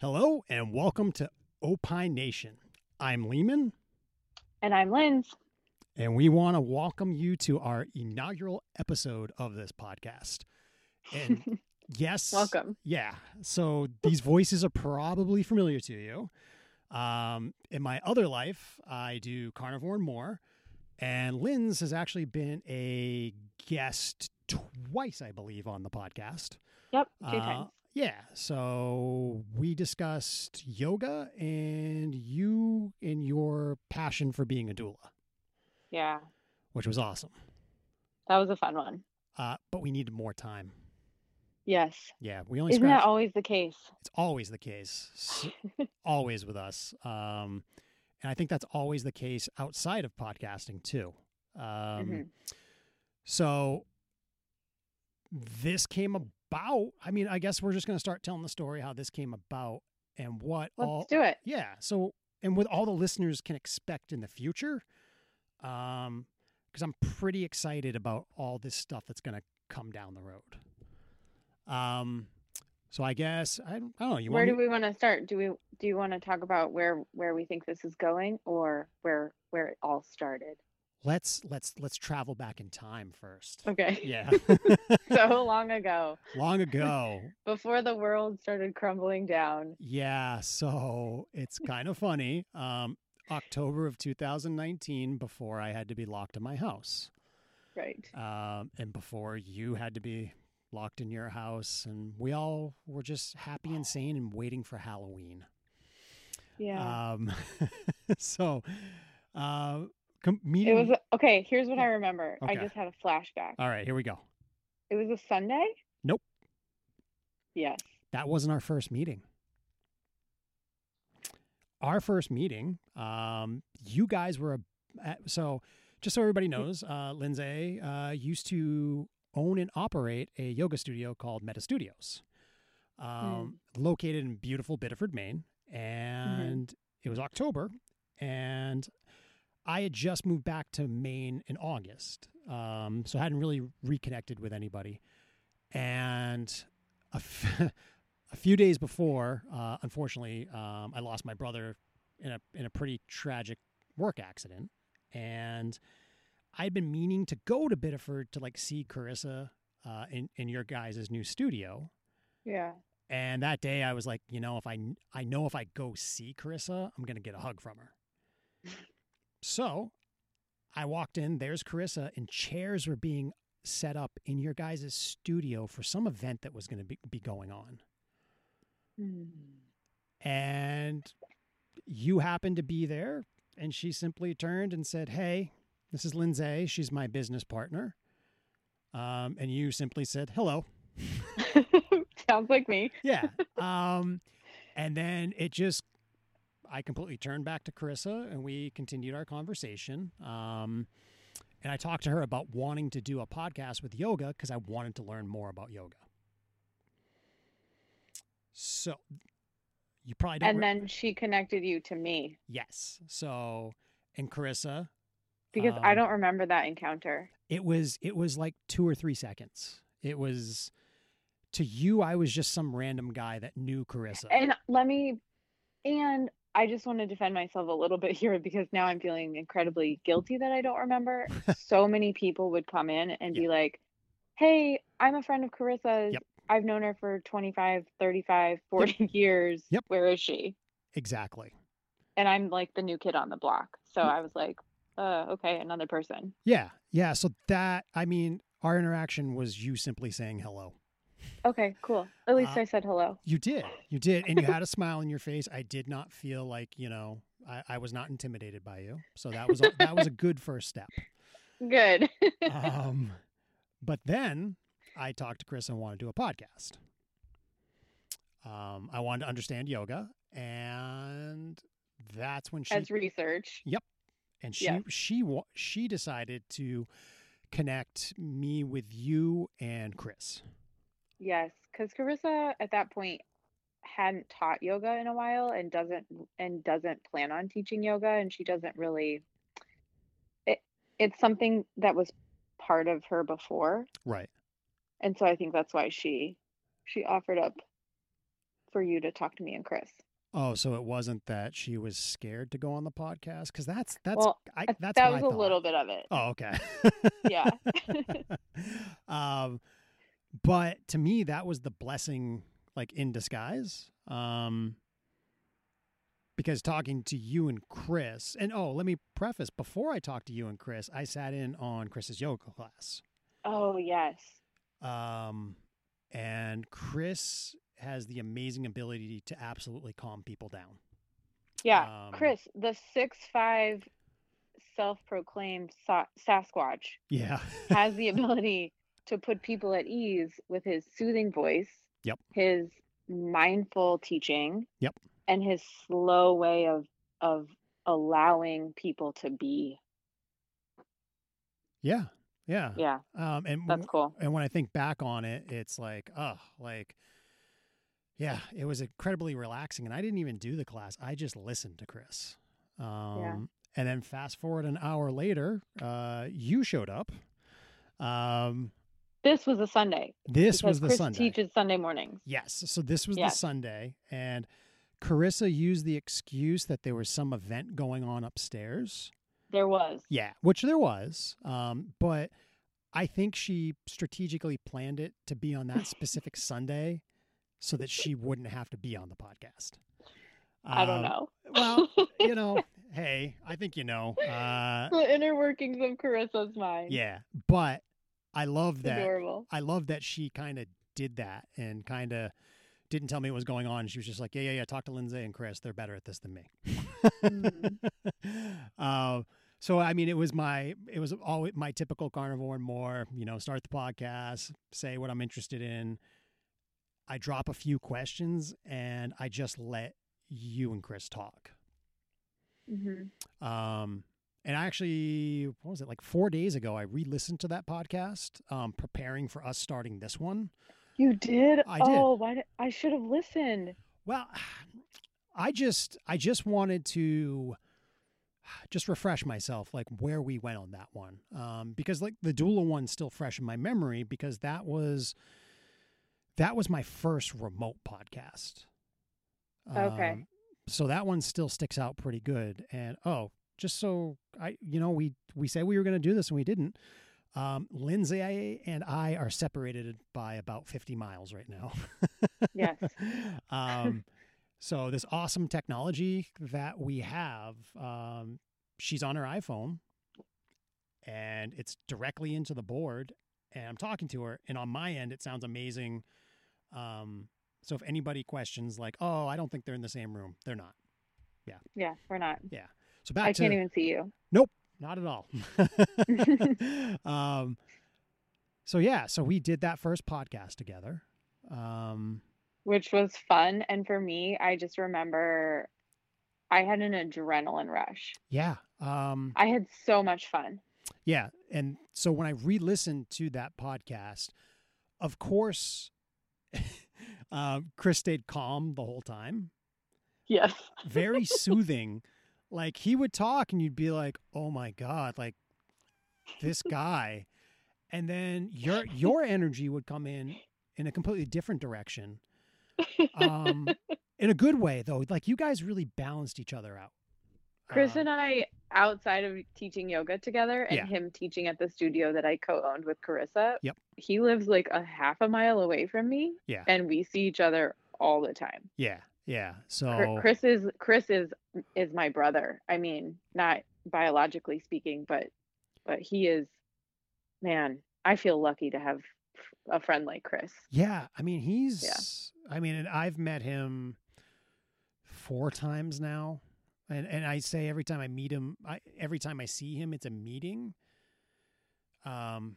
Hello and welcome to Opine Nation. I'm Lehman, And I'm Linz. and we want to welcome you to our inaugural episode of this podcast. And yes, Welcome. Yeah, so these voices are probably familiar to you. Um, in my other life, I do carnivore and more, and Linz has actually been a guest twice, I believe, on the podcast. Yep, two Uh, times. Yeah. So we discussed yoga and you and your passion for being a doula, Yeah, which was awesome. that was a fun one. Uh, but we needed more time. Yes. Yeah, we only Isn't scratched. that always the case? it's always the case, s- always with us. Um, and I think that's always the case outside of podcasting too. Um, Mhm. So this came about. I mean, I guess we're just going to start telling the story how this came about and what Let's all do it. yeah so and with all the listeners can expect in the future um because i'm pretty excited about all this stuff that's going to come down the road um so i guess i, don't- I don't know you Where want do me- we want to start? Do we do you want to talk about where where we think this is going or where where it all started? let's let's let's travel back in time first Okay. yeah so long ago, long ago before the world started crumbling down. yeah so it's kind of funny um october of 2019 before i had to be locked in my house Right. um, and before you had to be locked in your house and we all were just happy and sane and waiting for halloween Yeah. um, so uh, com- it meeting was okay, here's what I remember. I Okay. just had a flashback. all right here we go It was a Sunday? Nope. Yes. that wasn't our first meeting our first meeting um, you guys were a, at- so just so everybody knows uh, lindsay uh, used to own and operate a yoga studio called meta studios um, located in beautiful Biddeford, Maine. And it was October, and I had just moved back to Maine in August. Um, so I hadn't really reconnected with anybody. And a, f- a few days before, uh, unfortunately, um, I lost my brother in a, in a pretty tragic work accident. And I'd been meaning to go to Biddeford to like see Carissa uh, in, in your guys' new studio. Yeah. And that day I was like, you know, if I I know if I go see Carissa, I'm going to get a hug from her. so, I walked in, there's Carissa and chairs were being set up in your guys' studio for some event that was going to be, be going on. Mm. And you happened to be there and she simply turned and said, "Hey, this is Lindsay, she's my business partner." Um, and you simply said, "Hello." Sounds like me. yeah. Um, and then it just, I completely turned back to Carissa and we continued our conversation. Um, and I talked to her about wanting to do a podcast with yoga because I wanted to learn more about yoga. So you probably don't. and re- then she connected you to me yes. So, and Carissa, because I Um, don't remember that encounter. it was it was like two or three seconds. It was to you. I was just some random guy that knew Carissa. And let me, and I just want to defend myself a little bit here because now I'm feeling incredibly guilty that I don't remember. so many people would come in and be Yeah. like, hey, I'm a friend of Carissa's. Yep. I've known her for 25, 35, 40 years. Yep. Where is she? exactly. And I'm like the new kid on the block. So Yep. I was like, uh, okay, another person. Yeah. Yeah. So that, I mean, our interaction was you simply saying hello. Okay, cool. At least Uh, I said hello. You did. You did. And you had a smile on your face. I did not feel like, you know, I, I was not intimidated by you. So that was, a, that was a good first step. Good. Um, but then I talked to Chris and wanted to do a podcast. Um, I wanted to understand yoga. And that's when she As research. and she Yeah. she wa- she decided to connect me with you and Chris. Yes, because Carissa at that point hadn't taught yoga in a while and doesn't and doesn't plan on teaching yoga and she doesn't really it it's something that was part of her before Right. and so I think that's why she she offered up for you to talk to me and Chris. Oh, so it wasn't that she was scared to go on the podcast because that's that's well, I, I- that's that what was I a thought. little bit of it. Oh, okay. Yeah. um, but to me, that was the blessing, like in disguise. Um, because talking to you and Chris, and oh, let me preface before I talked to you and Chris, I sat in on Chris's yoga class. Oh yes. Um, and Chris has the amazing ability to absolutely calm people down. Yeah. Um, Chris, the six five self proclaimed sa- Sasquatch Yeah. has the ability to put people at ease with his soothing voice. Yep. His mindful teaching. Yep. And his slow way of of allowing people to be. yeah. Yeah. Yeah, Um, and that's cool. and when I think back on it, it's like, oh, like, yeah, it was incredibly relaxing. And I didn't even do the class; I just listened to Chris. Um, And then fast forward an hour later, uh, you showed up. Um, This was a Sunday. this because was the Chris Sunday. teaches Sunday mornings. Yes. So this was the Yes. Sunday, and Carissa used the excuse that there was some event going on upstairs. There was. Yeah, which there was. Um, but I think she strategically planned it to be on that specific Sunday so that she wouldn't have to be on the podcast. I Um, don't know. well, you know, hey, I think you know. Uh, the inner workings of Carissa's mind. yeah, but I love It's that. adorable. I love that she kind of did that and kind of didn't tell me what was going on. She was just like, yeah, yeah, yeah, talk to Lindsay and Chris. They're better at this than me. Mhm. uh, so, I mean, it was my, it was always my typical carnivore and more, you know, start the podcast, say what I'm interested in. I drop a few questions and I just let you and Chris talk. Mhm. Um, and I actually, what was it like four days ago? I re-listened to that podcast, um, preparing for us starting this one. You did. I did. oh, why? Did, I should have listened. Well, I just, I just wanted to just refresh myself, like where we went on that one, um, because like the doula one's still fresh in my memory because that was, that was my first remote podcast. Okay. Um, so that one still sticks out pretty good. And oh, just so I, you know, we we said we were going to do this and we didn't. Um, Lindsay and I are separated by about 50 miles right now. Yes. um, so this awesome technology that we have, um, she's on her iPhone, and it's directly into the board, and I'm talking to her, and on my end it sounds amazing. Um, so if anybody questions like, "Oh, I don't think they're in the same room," they're not. Yeah, we're not. So back I to can't even see you. not at all. um, so yeah, so we did that first podcast together. Um, which was fun. And for me, I just remember I had an adrenaline rush. yeah, um, I had so much fun. yeah, and so when I re-listened to that podcast, of course, um, Chris stayed calm the whole time. Yes. Very soothing. Like he would talk, and you'd be like, "Oh my god!" Like this guy, and then your your energy would come in in a completely different direction. um, in a good way though. Like you guys really balanced each other out. Chris Um, and I, outside of teaching yoga together and Yeah. him teaching at the studio that I co owned with Carissa, Yep. he lives like a half a mile away from me. Yeah. And we see each other all the time. yeah, yeah. Chr- So Chris is Chris is is my brother. I mean, not biologically speaking, but but he is man, I feel lucky to have a friend like Chris. yeah, I mean he's. I mean, and I've met him four times now, and and I say every time I meet him, I, every time I see him, it's a meeting. Um,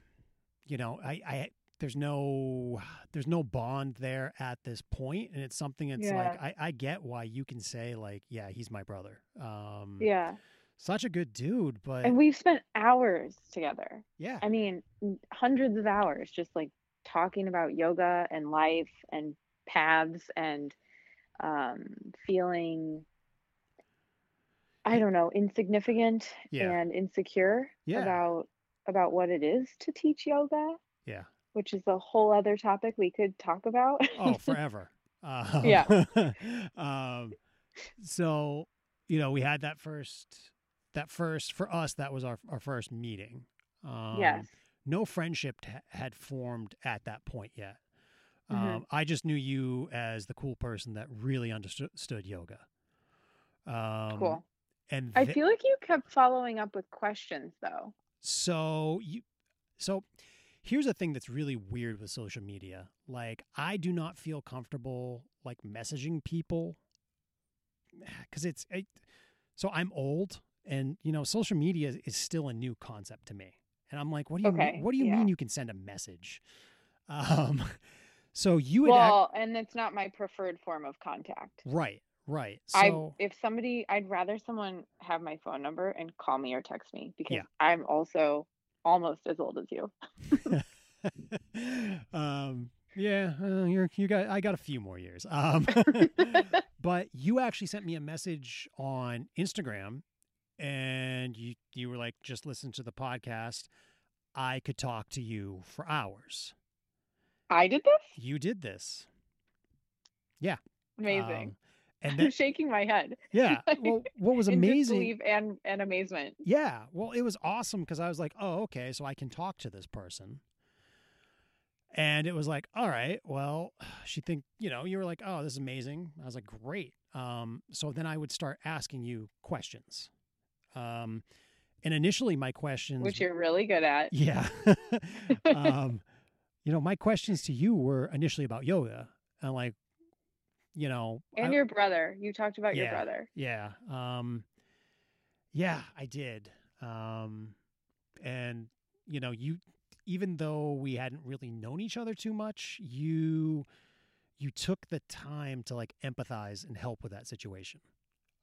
you know, I I there's no there's no bond there at this point, and it's something that's like I I get why you can say like yeah he's my brother. Um, Yeah. such a good dude, but And we've spent hours together. yeah, I mean, n- hundreds of hours just like talking about yoga and life and paths and um feeling I don't know, insignificant Yeah. and insecure Yeah. about about what it is to teach yoga. Yeah. Which is a whole other topic we could talk about. Oh, forever. Um, Yeah. um, so you know, we had that first that first for us that was our our first meeting. Um, yes. No friendship t- had formed at that point yet. Mhm. Um, I just knew you as the cool person that really understood yoga. Um, cool. And I thi- feel like you kept following up with questions though. So you so here's a thing that's really weird with social media. Like I do not feel comfortable like messaging people cuz it's I so I'm old and you know social media is, is still a new concept to me. And I'm like what do you Okay, mean, what do you yeah. mean you can send a message? Um so you would act, Well, and it's not my preferred form of contact. right, right. I So if somebody I'd rather someone have my phone number and call me or text me because Yeah. I'm also almost as old as you. um yeah, uh, you're you got I got a few more years. Um but you actually sent me a message on Instagram and you you were like just listen to the podcast I could talk to you for hours. I did this? You did this. Amazing. Um, and I'm then shaking my head. yeah, well what was in amazing disbelief and, and amazement. Yeah. Well, it was awesome because I was like, oh, okay, so I can talk to this person. And it was like, all right, well, she think, you know, you were like, oh, this is amazing. I was like, great. Um, so then I would start asking you questions. Um, and initially my questions Which you're really good at. yeah. um, you know, my questions to you were initially about yoga and like, you know, I- And your brother. You talked about your Yeah. brother. yeah. Um yeah, I did. Um and you know, you even though we hadn't really known each other too much, you you took the time to like empathize and help with that situation.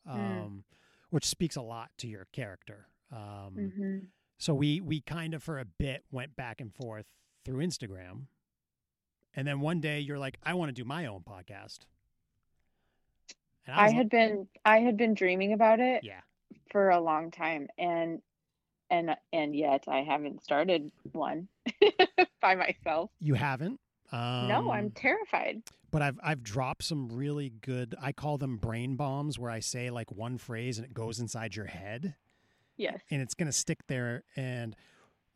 Um Mm. which speaks a lot to your character. Um hmm so we we kind of for a bit went back and forth through Instagram. And then one day you're like, I want to do my own podcast. And I was like, had been I had been dreaming about it yeah. for a long time and and and yet I haven't started one by myself. You haven't. Um, no, I'm terrified. but I've I've dropped some really good. I call them brain bombs, where I say like one phrase and it goes inside your head, Yes. and it's gonna stick there, and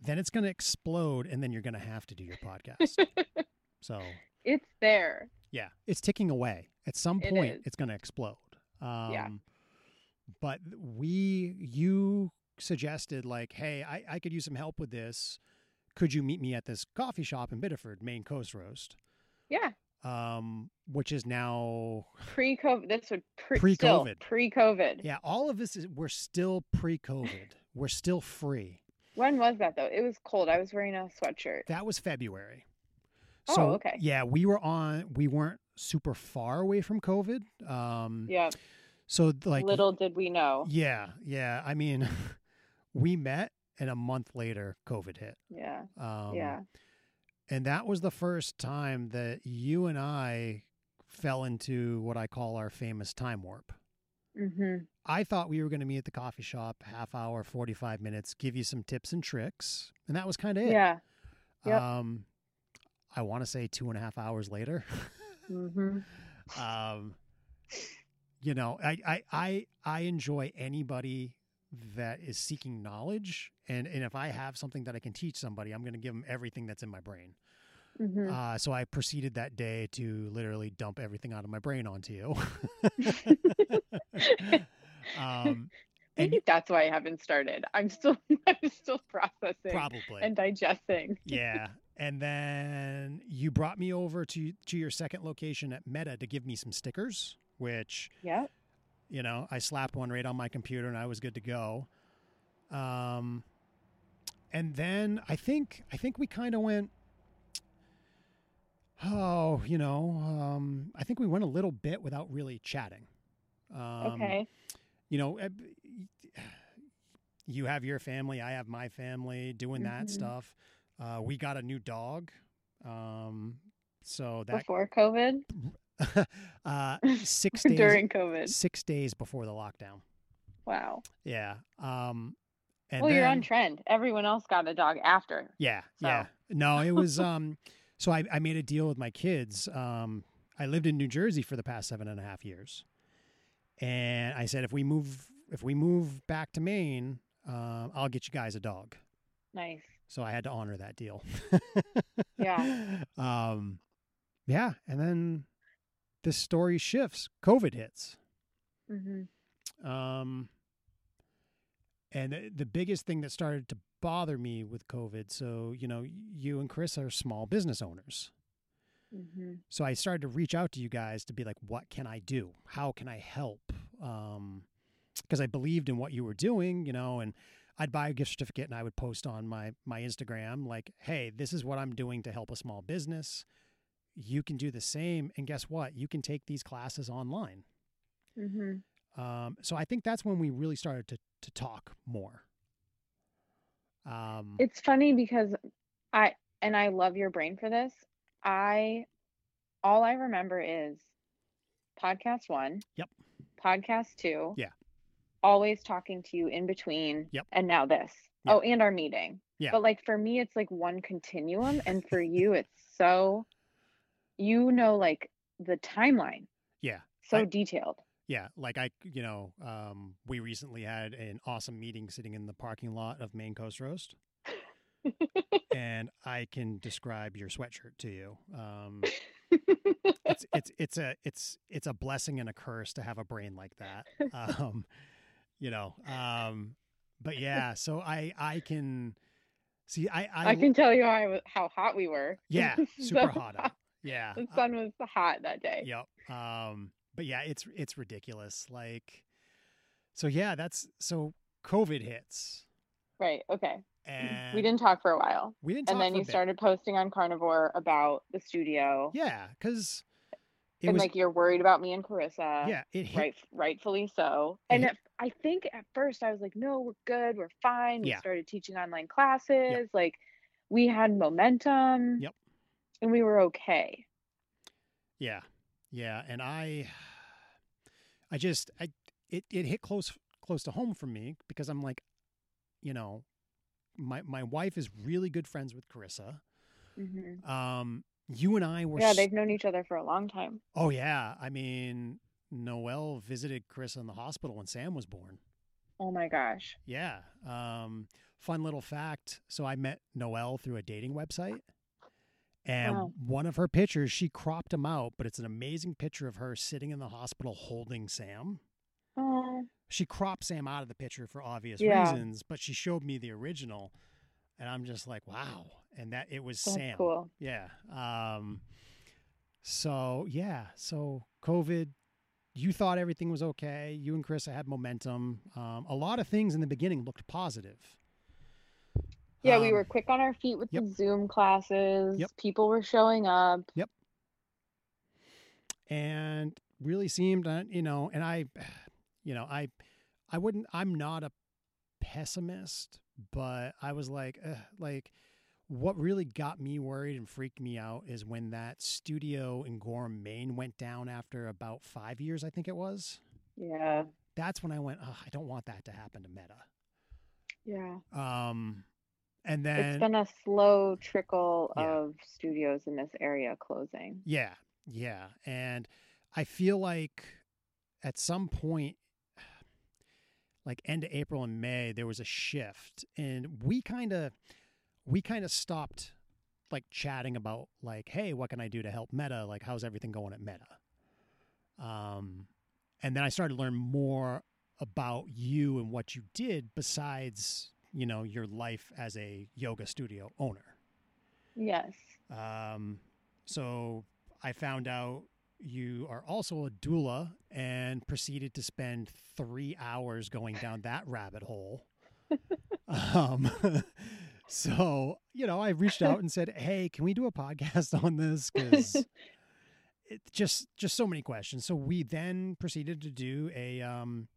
then it's gonna explode, and then you're gonna have to do your podcast. so It's there. yeah, it's ticking away. At some It point, is. it's gonna explode. Um, But we, you suggested like, hey, I, I could use some help with this. Could you meet me at this coffee shop in Biddeford, Maine Coast Roast? Yeah. um, which is now Pre COVID this would pre Pre-COVID. Pre COVID. yeah. All of this is we're still pre-COVID. we're still free. When was that though? It was cold. I was wearing a sweatshirt. That was February. Oh, So okay. yeah, we were on. We weren't super far away from COVID. Um, Yeah. So like Little did we know. Yeah, yeah. I mean, we met, and a month later, COVID hit. Yeah. Um, yeah. And that was the first time that you and I fell into what I call our famous time warp. Mm-hmm. I thought we were going to meet at the coffee shop, half hour, 45 minutes, give you some tips and tricks. And that was kind of it. Yeah. yep. Um, I want to say two and a half hours later. Mm-hmm. um, you know, I, I, I, I enjoy anybody that is seeking knowledge. And, and if I have something that I can teach somebody, I'm going to give them everything that's in my brain. Mm-hmm. Uh, so I proceeded that day to literally dump everything out of my brain onto you. um, and Maybe that's why I haven't started. I'm still I'm still processing probably. and digesting. yeah. And then you brought me over to to your second location at Meta to give me some stickers, which Yeah. you know I slapped one right on my computer and I was good to go. Um, and then I think I think we kind of went. Oh, you know, um, I think we went a little bit without really chatting. Um, Okay. you know, eh, b- you have your family, I have my family, doing that Mhm. stuff. Uh, we got a new dog, um, so that Before COVID, uh, six days during COVID. six days before the lockdown. Wow. Yeah. Um, and well, you're on then- trend. Everyone else got a dog after. Yeah, So. yeah. No, it was um so I, I made a deal with my kids. Um I lived in New Jersey for the past seven and a half years, and I said if we move if we move back to Maine, uh, I'll get you guys a dog. Nice. So I had to honor that deal. Yeah. Um, yeah, and then this story shifts. COVID hits. hmm Um, and the, the biggest thing that started to bother me with COVID, so you know, you and Chris are small business owners. hmm So I started to reach out to you guys to be like, what can I do? How can I help? Um, because I believed in what you were doing, you know, and I'd buy a gift certificate and I would post on my my Instagram like, hey, this is what I'm doing to help a small business. You can do the same, and guess what? You can take these classes online. hmm Um, so I think that's when we really started to to talk more. Um, It's funny because I and I love your brain for this. I all I remember is podcast one. Yep. Podcast two. Yeah. Always talking to you in between. Yep. And now this. Yeah. Oh, and our meeting. Yeah. But like for me, it's like one continuum, and for you, it's so you know like the timeline yeah, so I- detailed. yeah. Like I, you know, um, we recently had an awesome meeting sitting in the parking lot of Main Coast Roast, and I can describe your sweatshirt to you. Um, it's it's it's a it's it's a blessing and a curse to have a brain like that. Um, you know, um, but yeah. So I I can see I I, I can tell you how, I was, how hot we were. yeah It was super so hot out. Yeah. The I- sun was hot that day. Yep. Um, but yeah, it's it's ridiculous. Like, so yeah, that's so COVID hits, Right. Okay. and Mm-hmm. we didn't talk for a while. we didn't And talk then for a you bit. started posting on Carnivore about the studio. yeah, because it and was like you're worried about me and Carissa. yeah, it hit, Right, rightfully so. And Yeah. at, I think at first I was like, no, we're good, we're fine. We Yeah. started teaching online classes. Like we had momentum. Yep. And we were okay. yeah, yeah, and I, I just I it it hit close close to home for me because I'm like, you know, my my wife is really good friends with Carissa. hmm Um, you and I were Yeah, s- they've known each other for a long time. Oh yeah, I mean, Noel visited Chris in the hospital when Sam was born. Oh my gosh. Yeah. Um, fun little fact. So I met Noel through a dating website, and Wow. one of her pictures, she cropped him out, but it's an amazing picture of her sitting in the hospital holding Sam. Oh, She cropped Sam out of the picture for obvious Yeah. reasons, but she showed me the original, and I'm just like, wow. And that it was that's Sam. cool. Yeah. Um so yeah, so COVID you thought everything was okay. You and Chris had momentum. Um, a lot of things in the beginning looked positive. Yeah, we Um, were quick on our feet with yep. the Zoom classes. Yep. People were showing up. and really seemed, uh, you know, and I, you know, I, I wouldn't. I'm not a pessimist, but I was like, Ugh, like, what really got me worried and freaked me out is when that studio in Gorham, Maine, went down after about five years. I think it was. Yeah. that's when I went, oh, I don't want that to happen to Meta. Yeah. Um, and it's then, been a slow trickle Yeah. of studios in this area closing. yeah, yeah. And I feel like at some point, like end of April and May, there was a shift, and we kind of, we kind of stopped like chatting about like, hey, what can I do to help Meta? Like, how's everything going at Meta? Um, and then I started to learn more about you and what you did besides, you know, your life as a yoga studio owner. Yes. Um, so I found out you are also a doula and proceeded to spend three hours going down that rabbit hole. um, so, you know, I reached out and said, Hey, can we do a podcast on this? Because it just, just so many questions. So we then proceeded to do a, um,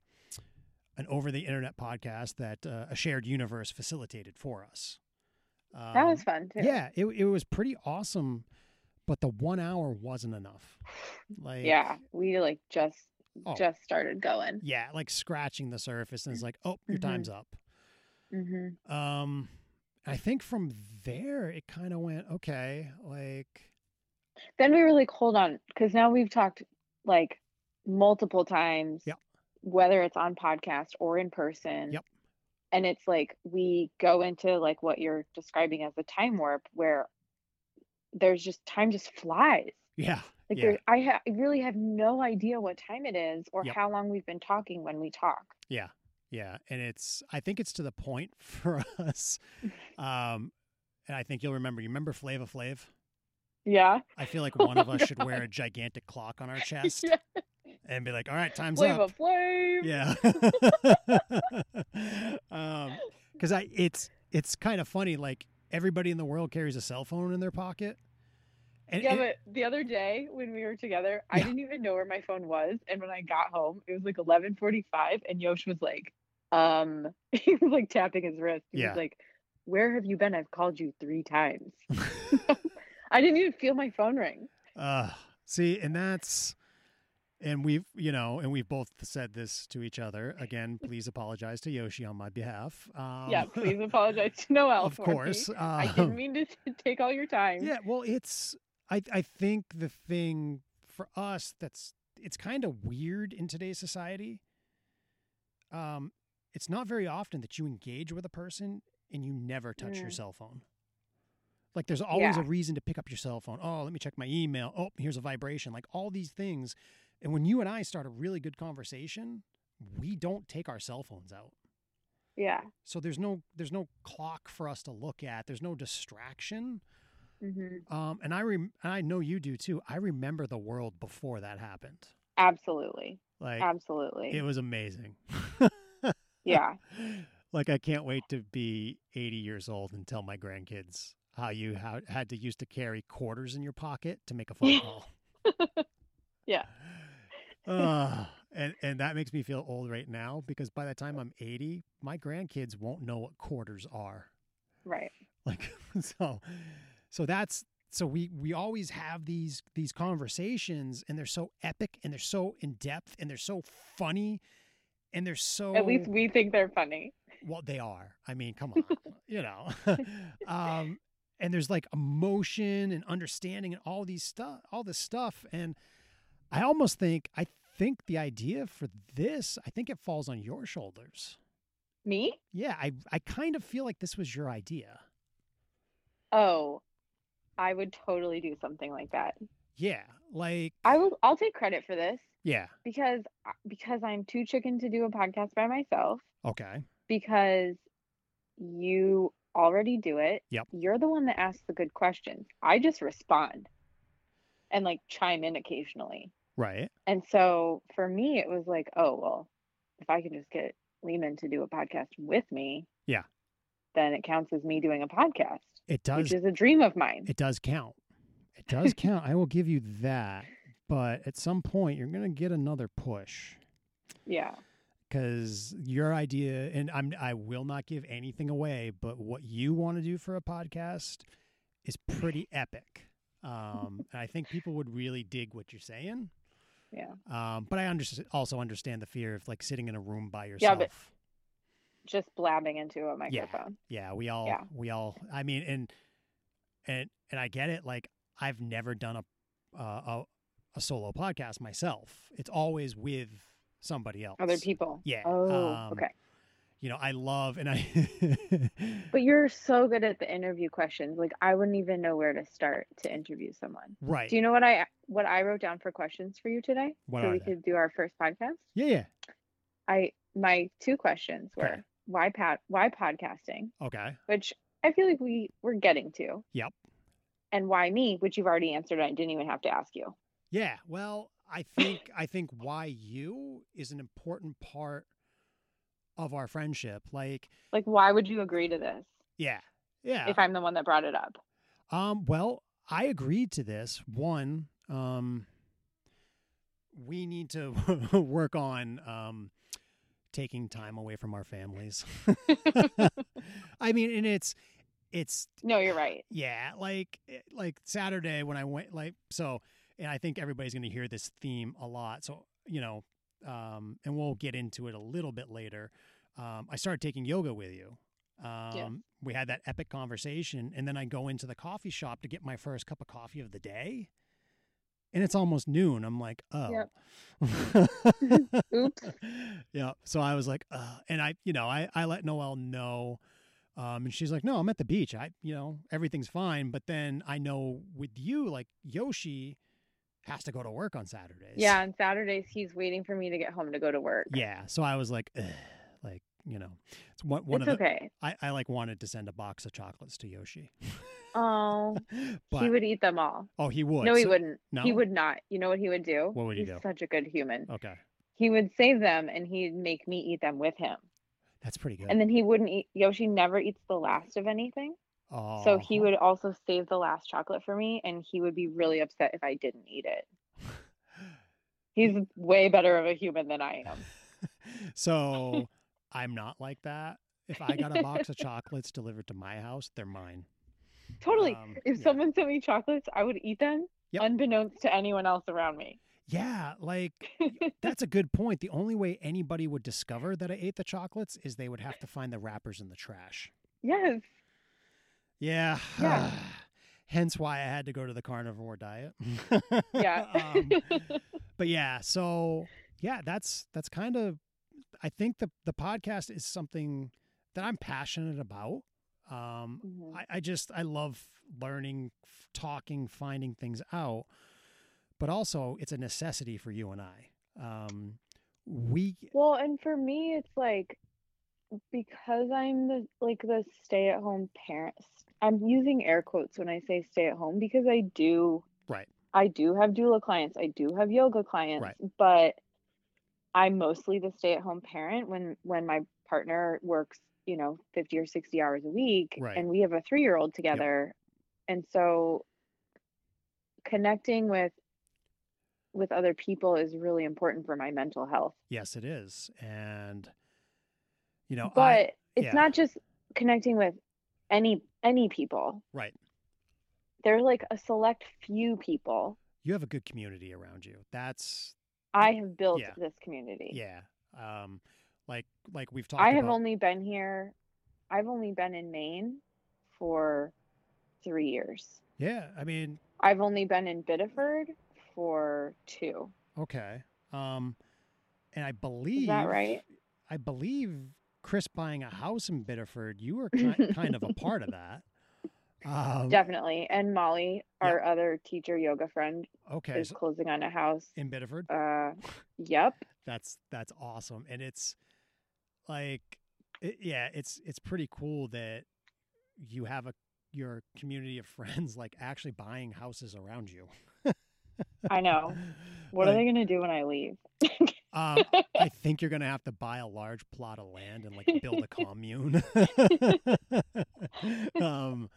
an over the internet podcast that uh, a shared universe facilitated for us. Um, That was fun too. yeah, it it was pretty awesome, but the one hour wasn't enough. Like Yeah. We like just Oh. just started going. yeah, like scratching the surface, and it's like, oh, your Mhm. time's up. hmm Um, I think from there it kind of went okay. Like Then we were like, hold on, because now we've talked like multiple times, Yep. whether it's on podcast or in person. Yep. And it's like we go into like what you're describing as a time warp where there's just time just flies. Yeah. Like yeah. there, I, ha- I really have no idea what time it is or Yep. how long we've been talking when we talk. Yeah. Yeah. And it's, I think it's to the point for us. Um, and I think you'll remember, you remember Flava Flav? Yeah. I feel like Oh one of my us should wear a gigantic clock on our chest yeah. and be like, all right, time's Flame up. of flame. Yeah. um, cause I, it's, it's kind of funny. Like everybody in the world carries a cell phone in their pocket. And yeah, it- but the other day when we were together, I Yeah. didn't even know where my phone was, and when I got home, it was like eleven forty-five, and Yosh was like, um, he was like tapping his wrist. He Yeah. was like, "Where have you been? I've called you three times. I didn't even feel my phone ring." Uh, see, and that's, and we've, you know, and we've both said this to each other. Again, please apologize to Yoshi on my behalf. Um, yeah, please apologize to Noel. Of for course. me. Um, I didn't mean to take all your time. yeah, well, it's, I, I think the thing for us that's, it's kind of weird in today's society. Um, it's not very often that you engage with a person and you never touch your Mm. cell phone. Like there's always Yeah. a reason to pick up your cell phone. Oh, let me check my email. Oh, here's a vibration. Like all these things. And when you and I start a really good conversation, we don't take our cell phones out. Yeah. So there's no there's no clock for us to look at. There's no distraction. hmm Um, and I rem- and I know you do too. I remember the world before that happened. Absolutely. Like Absolutely. it was amazing. yeah. like I can't wait to be 80 years old and tell my grandkids how you how, had to used to carry quarters in your pocket to make a phone call. Yeah. Uh, and and that makes me feel old right now because by the time I'm 80, my grandkids won't know what quarters are. Right. Like so so that's so we we always have these these conversations and they're so epic and they're so in depth and they're so funny and they're so At least we think they're funny. well, they are. I mean, come on, you know. um, and there's like emotion and understanding and all these stuff, all this stuff. And I almost think, I think the idea for this, I think it falls on your shoulders. Me? Yeah, I, I kind of feel like this was your idea. Oh, I would totally do something like that. Yeah, like I will. I'll take credit for this yeah, because I- because I'm too chicken to do a podcast by myself. okay, Because you already do it. Yep. You're the one that asks the good questions. I just respond and like chime in occasionally. right, And so for me, it was like, oh well, if I can just get Lehman to do a podcast with me, Yeah. then it counts as me doing a podcast, it does which is a dream of mine. It does count. It does count. I will give you that. But at some point, you're gonna get another push yeah. because your idea, and I'm I will not give anything away, but what you want to do for a podcast is pretty epic. Um, and I think people would really dig what you're saying. Yeah. Um, but I under- also understand the fear of like sitting in a room by Yeah, yourself. but- Just blabbing into a Yeah. microphone. Yeah, we all Yeah. we all I mean and and and I get it like I've never done a uh, a a solo podcast myself. It's always with somebody else. Other people. Yeah, Oh, um, okay. You know, I love and I But you're so good at the interview questions. Like I wouldn't even know where to start to interview someone. Right. Do you know what I what I wrote down for questions for you today? What so are we they? could do our first podcast. yeah, yeah. I my two questions were Okay. why pat why podcasting, Okay. which I feel like we we're getting to. Yep. And why me, which you've already answered. I didn't even have to ask you. Yeah. Well, I think I think why you is an important part of our friendship. Like, Like, why would you agree to this yeah. Yeah. if I'm the one that brought it up? Um, well, I agreed to this. One, um, we need to work on um, taking time away from our families. I mean, and it's it's No, you're right. yeah, like it- like Saturday when I went like so, and I think everybody's going to hear this theme a lot. So you know, um, and we'll get into it a little bit later. Um, I started taking yoga with you. Um, We had that epic conversation, and then I go into the coffee shop to get my first cup of coffee of the day, and it's almost noon. I'm like, oh. Oops. yeah. So I was like, uh, and I, you know, I, I let Noelle know. Um, and she's like, no, I'm at the beach. I, you know, everything's fine. But then I know with you, like Yoshi has to go to work on Saturdays. Yeah, on Saturdays he's waiting for me to get home to go to work. Yeah. So I was like, Ugh, like, you know, it's one, one it's of the, okay. I, I like wanted to send a box of chocolates to Yoshi, Oh, but he would eat them all. oh, he would. No, he So- wouldn't. He No? would not. You know what he would do? What would he He's do? Oh. such a good human. Okay. He would save them and he'd make me eat them with him. That's pretty good. And then he wouldn't eat. Yoshi never eats the last of anything. oh, So he would also save the last chocolate for me, and he would be really upset if I didn't eat it. He's way better of a human than I am. So I'm not like that. If I got a box of chocolates delivered to my house, they're mine. Totally. Um, if yeah. someone sent me chocolates, I would eat them, Yep. unbeknownst to anyone else around me. Yeah, like that's a good point. The only way anybody would discover that I ate the chocolates is they would have to find the wrappers in the trash. yes. Yeah. Yeah. Hence why I had to go to the carnivore diet. Yeah. Um, but yeah, so yeah, that's that's kind of I think the the podcast is something that I'm passionate about. Um, Mhm. I, I just I love learning, f- talking, finding things out, but also it's a necessity for you and I. Um, we Well, and for me, it's like because I'm the like the stay-at-home parent. I'm using air quotes when I say stay at home because I do. Right. I do have doula clients. I do have yoga clients, but I'm mostly the stay-at-home parent when when my partner works, you know, 50 or 60 hours a week Right. and we have a 3-year-old together. And so connecting with with other people is really important for my mental health yes, it is, and you know, but I, it's yeah. not just connecting with any any people right. there's like a select few people You have a good community around you. That's i have built Yeah. this community yeah. Um, like like we've talked. i have about- only been here i've only been in maine for three years Yeah, I mean, i've only been in biddeford for two okay. Um, and I believe is that right I believe Chris buying a house in Biddeford. You were ki- kind of a part of that. Um, definitely and molly Yeah. our other teacher yoga friend Okay, is so closing on a house in Biddeford, uh yep that's that's awesome, and it's like, it, yeah, it's it's pretty cool that you have a your community of friends like actually buying houses around you. i know what are they gonna do when i leave Um, I think you're gonna have to buy a large plot of land and like build a commune. um,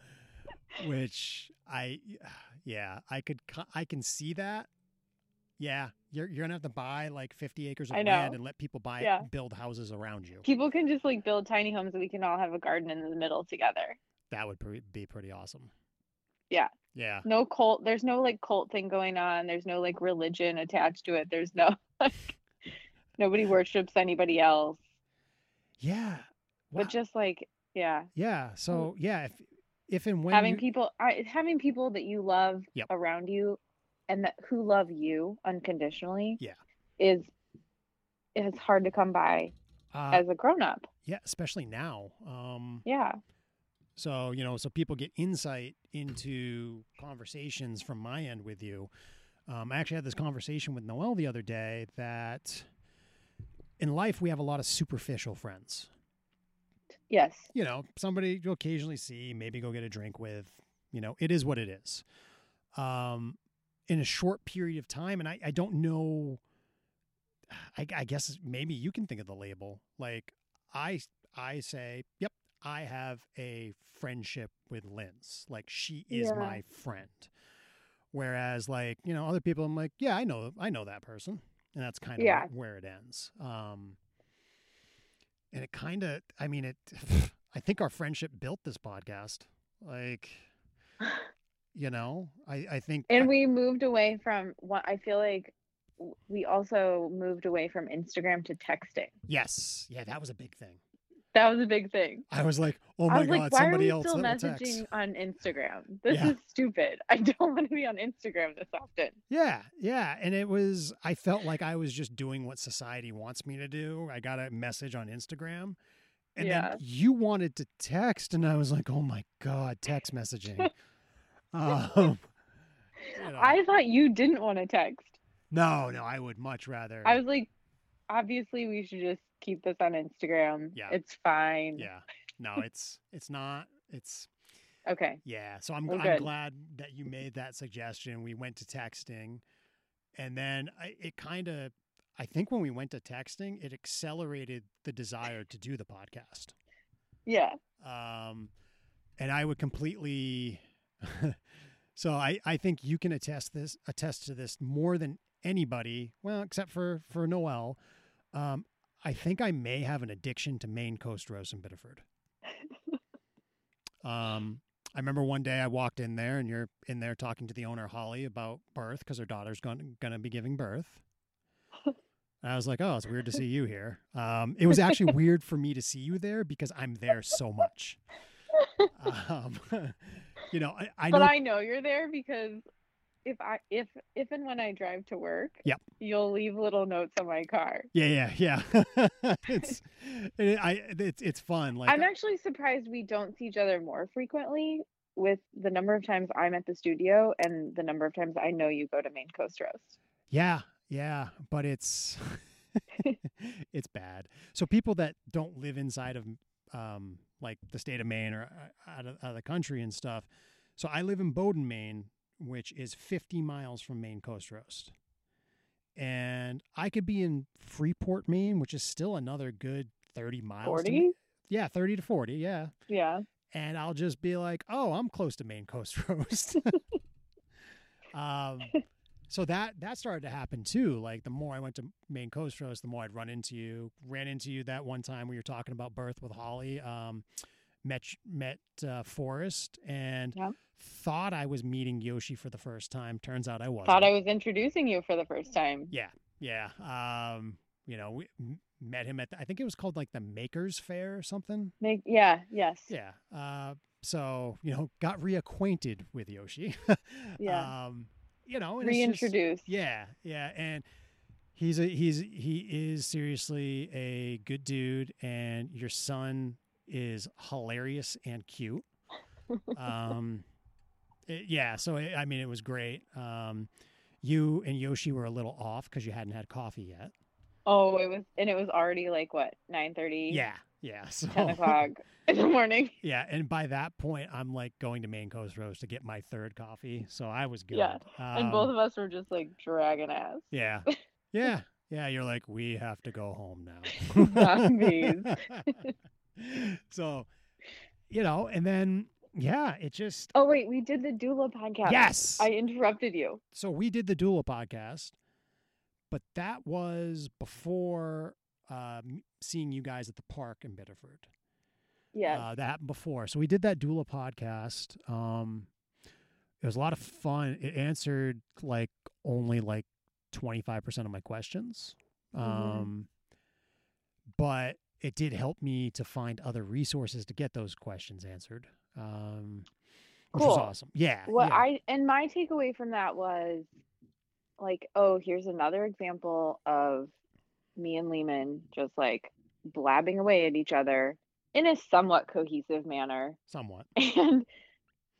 which I, yeah, I could, co- I can see that. Yeah, you're you're gonna have to buy like 50 acres of I land know. and let people buy Yeah. build houses around you. people can just like build tiny homes and we can all have a garden in the middle together That would pre- be pretty awesome. Yeah. Yeah. no cult there's no like cult thing going on there's no like religion attached to it there's no like nobody worships anybody else Yeah. Wow. but just like yeah yeah. So yeah, if if and when having you- people I, having people that you love Yep. around you and that who love you unconditionally Yeah. is it's hard to come by uh, as a grown-up yeah, especially now. Um, yeah So, you know, so people get insight into conversations from my end with you. Um, I actually had this conversation with Noel the other day that in life we have a lot of superficial friends. yes You know, somebody you occasionally see, maybe go get a drink with, you know, it is what it is. Um, in a short period of time, and I, I don't know, I, I guess maybe you can think of the label. Like, I I say, yep, I have a friendship with Linz. Like she is Yeah. my friend. Whereas like, you know, other people I'm like, yeah, I know I know that person. And that's kind of Yeah. where it ends. Um and it kind of I mean it I think our friendship built this podcast. Like you know, I I think And we moved away from what I feel like w- we also moved away from Instagram to texting. yes. Yeah, that was a big thing. That was a big thing. I was like, oh I my was god, like, why somebody are we else still that will messaging text. on Instagram? This Yeah. is stupid. I don't want to be on Instagram this often. Yeah, yeah. And it was, I felt like I was just doing what society wants me to do. I got a message on Instagram. And Yeah. then you wanted to text, and I was like, oh my God, text messaging. um, you know. I thought you didn't want to text. no, no, I would much rather. I was like, obviously, we should just keep this on Instagram. Yeah. It's fine. yeah, no, it's it's not. It's Okay. yeah. So I'm, We're I'm good. glad that you made that suggestion. We went to texting, and then I, it kind of, I think when we went to texting, it accelerated the desire to do the podcast. Yeah. um, and I would completely. so I, I think you can attest this attest to this more than anybody. Well, except for for Noel, um, I think I may have an addiction to Maine Coast roast in Biddeford. um, I remember one day I walked in there and you're in there talking to the owner Holly about birth because her daughter's going gonna be giving birth. And I was like, oh, it's weird to see you here. Um, it was actually weird for me to see you there because I'm there so much. Um, you know, I, I know. but I know you're there because if I if if and when I drive to work, Yep. you'll leave little notes on my car. yeah, yeah, yeah. it's it, I it's it's fun. Like I'm actually surprised we don't see each other more frequently with the number of times I'm at the studio and the number of times I know you go to Main Coast Roast. Yeah, yeah, but it's it's bad. So people that don't live inside of um like the state of Maine or uh, out of, out of the country and stuff. So I live in Bowdoin, Maine, which is 50 miles from Maine Coast Roast. And I could be in Freeport, Maine, which is still another good 30 miles. to me. 40? Yeah, 30 to 40, yeah. Yeah. And I'll just be like, "Oh, I'm close to Maine Coast Roast." Um, so that that started to happen too. Like the more I went to Maine Coast Roast, the more I'd run into you. Ran into you that one time we were talking about birth with Holly. Um, met met uh, Forrest and Yeah. thought I was meeting Yoshi for the first time. Turns out I wasn't. Thought I was introducing you for the first time. Yeah, yeah. Um, you know, we m- met him at the, I think it was called like the Makers Fair or something. Make, yeah, yes. Yeah. Uh, so you know, got reacquainted with Yoshi. Yeah. Um, you know, and it's just- Reintroduce. yeah, yeah, and he's a he's he is seriously a good dude, and your son is hilarious and cute. Um, it- yeah, so it, I mean, it was great. Um, you and Yoshi were a little off because you hadn't had coffee yet. Oh, it was and it was already like what, nine thirty? Yeah, Oh. yeah. So Ten o'clock in the morning. Yeah, and by that point, I'm like going to Main Coast Roast to get my third coffee, so I was good. Yeah, and both Um, of us were just like dragging ass. Yeah. Yeah. Yeah. You're like, we have to go home now. Zombies. so, you know, and then, yeah, it just, Oh wait, we did the doula podcast. yes. I interrupted you. so we did the Doula podcast, but that was before um, seeing you guys at the park in Biddeford. Yes. uh, that happened before. So we did that doula podcast. Um, it was a lot of fun. It answered like only like twenty five percent of my questions, Mhm. um, but it did help me to find other resources to get those questions answered. Um, which was Cool. awesome. Yeah. what yeah. I and my takeaway from that was like, oh, here's another example of me and Lehman just like blabbing away at each other in a somewhat cohesive manner. somewhat. and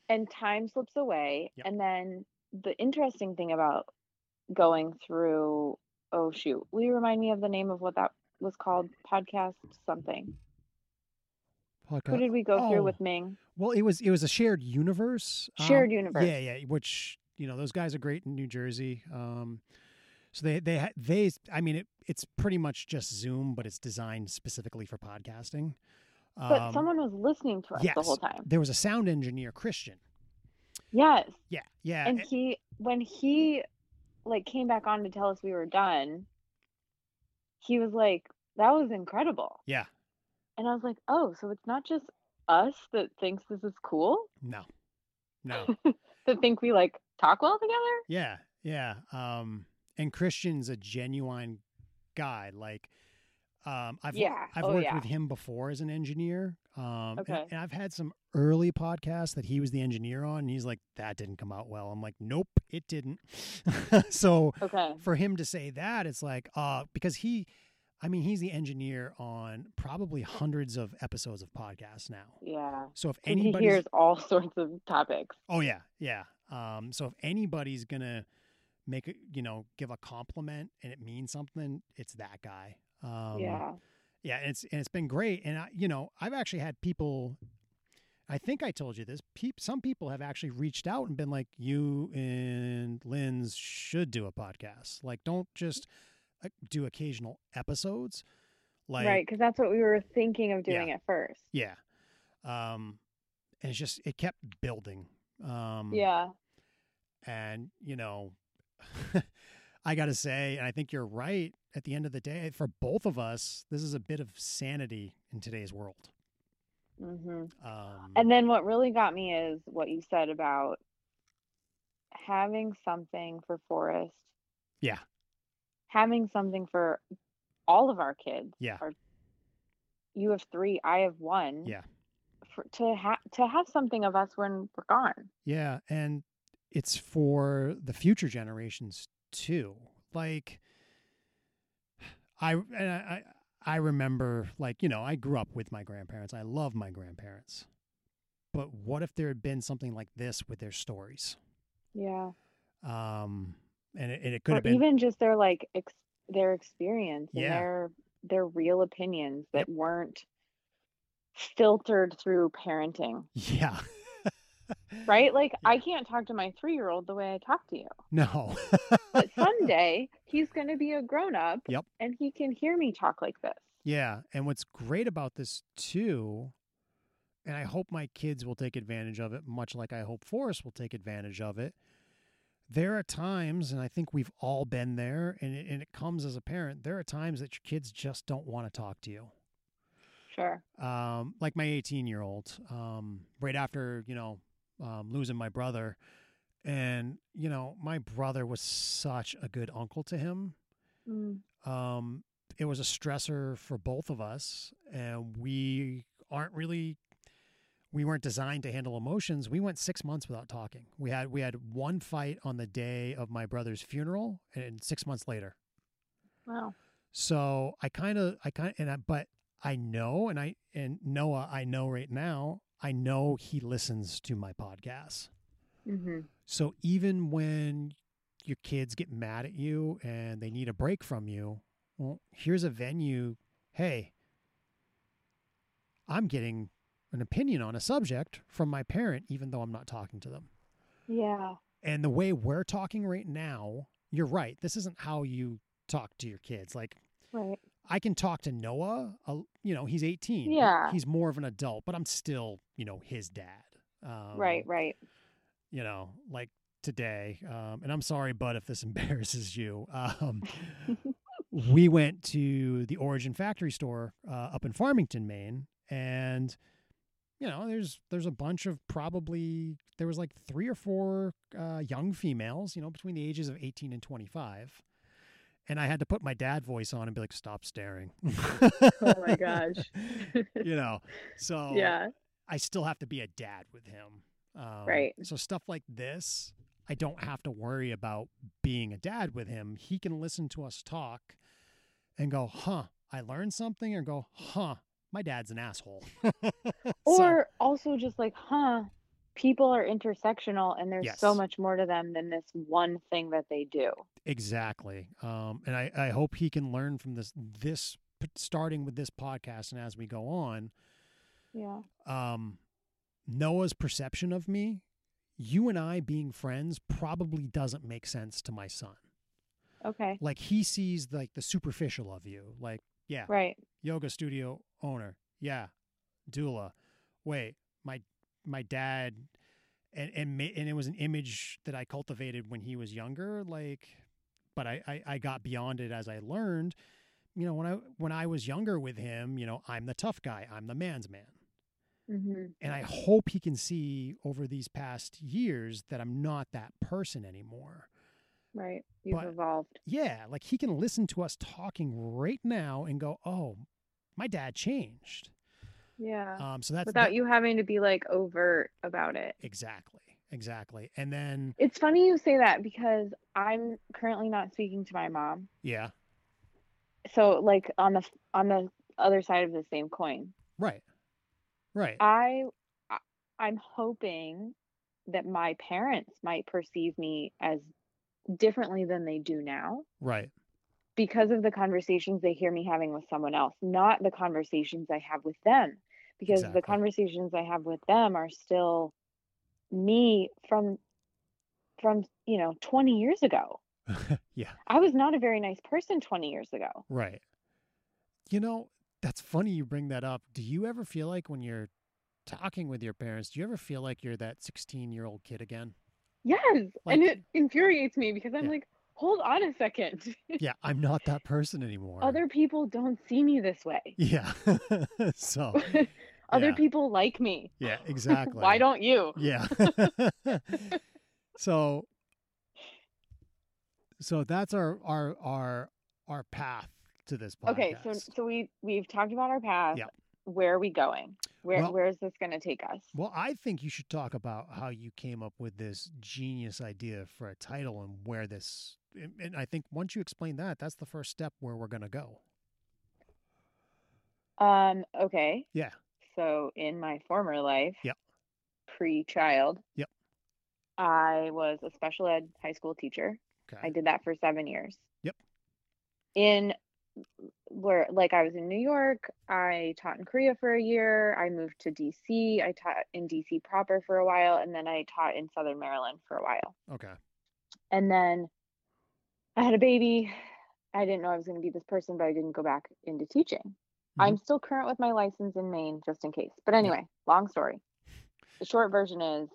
and time slips away Yep. and then the interesting thing about going through oh shoot will you remind me of the name of what that was called podcast something who Podcast. did we go oh. through with ming Well, it was it was a shared universe. um, Shared universe. Yeah, yeah. Which you know those guys are great in New Jersey. Um, so they they ha- they I mean it it's pretty much just Zoom, but it's designed specifically for podcasting. Um, but someone was listening to us the yes. whole time there was a sound engineer, Christian. yes Yeah, yeah. eh, and a- he when he like came back on to tell us we were done he was like that was incredible yeah. and i was like oh so it's not just us that thinks this is cool No, no. that think we like talk well together Yeah, yeah. Um, and Christian's a genuine guy. Like, Um, I've Yeah. I've Oh, worked yeah. with him before as an engineer. Um, and- Okay. and, I've had some early podcasts that he was the engineer on, and he's like, "That didn't come out well." I'm like, "Nope, it didn't." so Okay. for him to say that, it's like, uh, because he, I mean, he's the engineer on probably hundreds of episodes of podcasts now. Yeah. So if 'Cause He anybody's hears all sorts of topics. Oh yeah, yeah. Um, so if anybody's gonna make it, you know, give a compliment and it means something, it's that guy. Um, yeah. yeah. And it's and it's been great. And I, you know, I've actually had people. I think I told you this. Peep, some people have actually reached out and been like, "You and Lynn's should do a podcast. Like, don't just uh, do occasional episodes. Like, right. Because that's what we were thinking of doing at first. yeah. Um, and it's just it kept building. Um, Yeah. and you know i gotta say and i think you're right at the end of the day for both of us this is a bit of sanity in today's world hmm um, And then what really got me is what you said about having something for Forrest. Yeah. Having something for all of our kids. Yeah. Our, you have three. I have one. Yeah. For, to have to have something of us when we're gone. yeah and it's for the future generations too like i and i i I remember like you know i grew up with my grandparents i love my grandparents but what if there had been something like this with their stories Yeah. um and it, and it could Or have been even just their like ex- their experience and Yeah. their their real opinions that weren't filtered through parenting. yeah Right? Like I can't talk to my three year old the way I talk to you. No. but someday he's going to be a grown up Yep. and he can hear me talk like this. yeah. And what's great about this, too, and I hope my kids will take advantage of it, much like I hope Forrest will take advantage of it. There are times, and I think we've all been there, and it, and it comes as a parent, there are times that your kids just don't want to talk to you. Sure. um, like my 18 year old, um, right after, you know, um, losing my brother. And, you know, my brother was such a good uncle to him. Mm. um, it was a stressor for both of us and we aren't really we weren't designed to handle emotions we went six months without talking we had we had one fight on the day of my brother's funeral and six months later Wow. so i kind of i kind and I, but i know and i and noah i know right now i know he listens to my podcast hmm so even when your kids get mad at you and they need a break from you, well, here's a venue. Hey, I'm getting an opinion on a subject from my parent, even though I'm not talking to them. Yeah. And the way we're talking right now, you're right. This isn't how you talk to your kids. Like, Right. I can talk to Noah. Uh, you know, he's 18. He- Yeah. He's more of an adult, but I'm still, you know, his dad. Um, right. Right. you know, like today. Um, and I'm sorry, but if this embarrasses you, um, we went to the Origin Factory store uh, up in Farmington, Maine, and you know, there's there's a bunch of probably there was like three or four uh, young females, you know, between the ages of 18 and 25. And I had to put my dad voice on and be like, "Stop staring." Oh my gosh. you know, so yeah. I still have to be a dad with him. Um, Right. So stuff like this, I don't have to worry about being a dad with him. He can listen to us talk and go, huh, I learned something, or go, huh, my dad's an asshole. So, Or also just like, huh, people are intersectional and there's so Yes. much more to them than this one thing that they do. exactly. Um, and I, I hope he can learn from this, this starting with this podcast and as we go on, Yeah. um, Noah's perception of me, you and I being friends probably doesn't make sense to my son. Okay. like he sees like the superficial of you like yeah Right. yoga studio owner yeah doula wait my my dad and and, ma- and it was an image that i cultivated when he was younger like but I, I i got beyond it as i learned you know when i when i was younger with him you know i'm the tough guy i'm the man's man hmm and i hope he can see over these past years that i'm not that person anymore right. You've But- evolved. Yeah, like he can listen to us talking right now and go, "Oh, my dad changed." Yeah. Um, so that's Uh, Without that- you having to be like overt about it. exactly, exactly. And then It's funny you say that because I'm currently not speaking to my mom. yeah, So like on the on the other side of the same coin, right, right, I I- I'm hoping that my parents might perceive me as differently than they do now right, because of the conversations they hear me having with someone else, not the conversations I have with them. Because Exactly. the conversations I have with them are still me from from you know 20 years ago. yeah, I was not a very nice person 20 years ago. right. You know, that's funny you bring that up. Do you ever feel like when you're talking with your parents, do you ever feel like you're that 16 year old kid again? Yes, Like- and it infuriates me because I'm Yeah. like, hold on a second. Yeah, I'm not that person anymore. Other people don't see me this way. yeah, so Other Yeah. people like me. yeah, exactly. Why don't you? Yeah. so so that's our our our our path to this podcast. Okay, so so we we've talked about our path. Yep. Where are we going? Where Well- where is this going to take us? well, I think you should talk about how you came up with this genius idea for a title and where this and and I think once you explain that, that's the first step where we're going to go. Um, okay. Yeah. So in my former life, Yep. pre-child, Yep. I was a special ed high school teacher. Okay. I did that for seven years. Yep. In where like I was in New York, I taught in Korea for a year. I moved to DC. I taught in DC proper for a while, and then I taught in Southern Maryland for a while. okay. And then I had a baby. I didn't know I was going to be this person, but I didn't go back into teaching. I'm still current with my license in Maine, just in case. But anyway, long story. The short version is,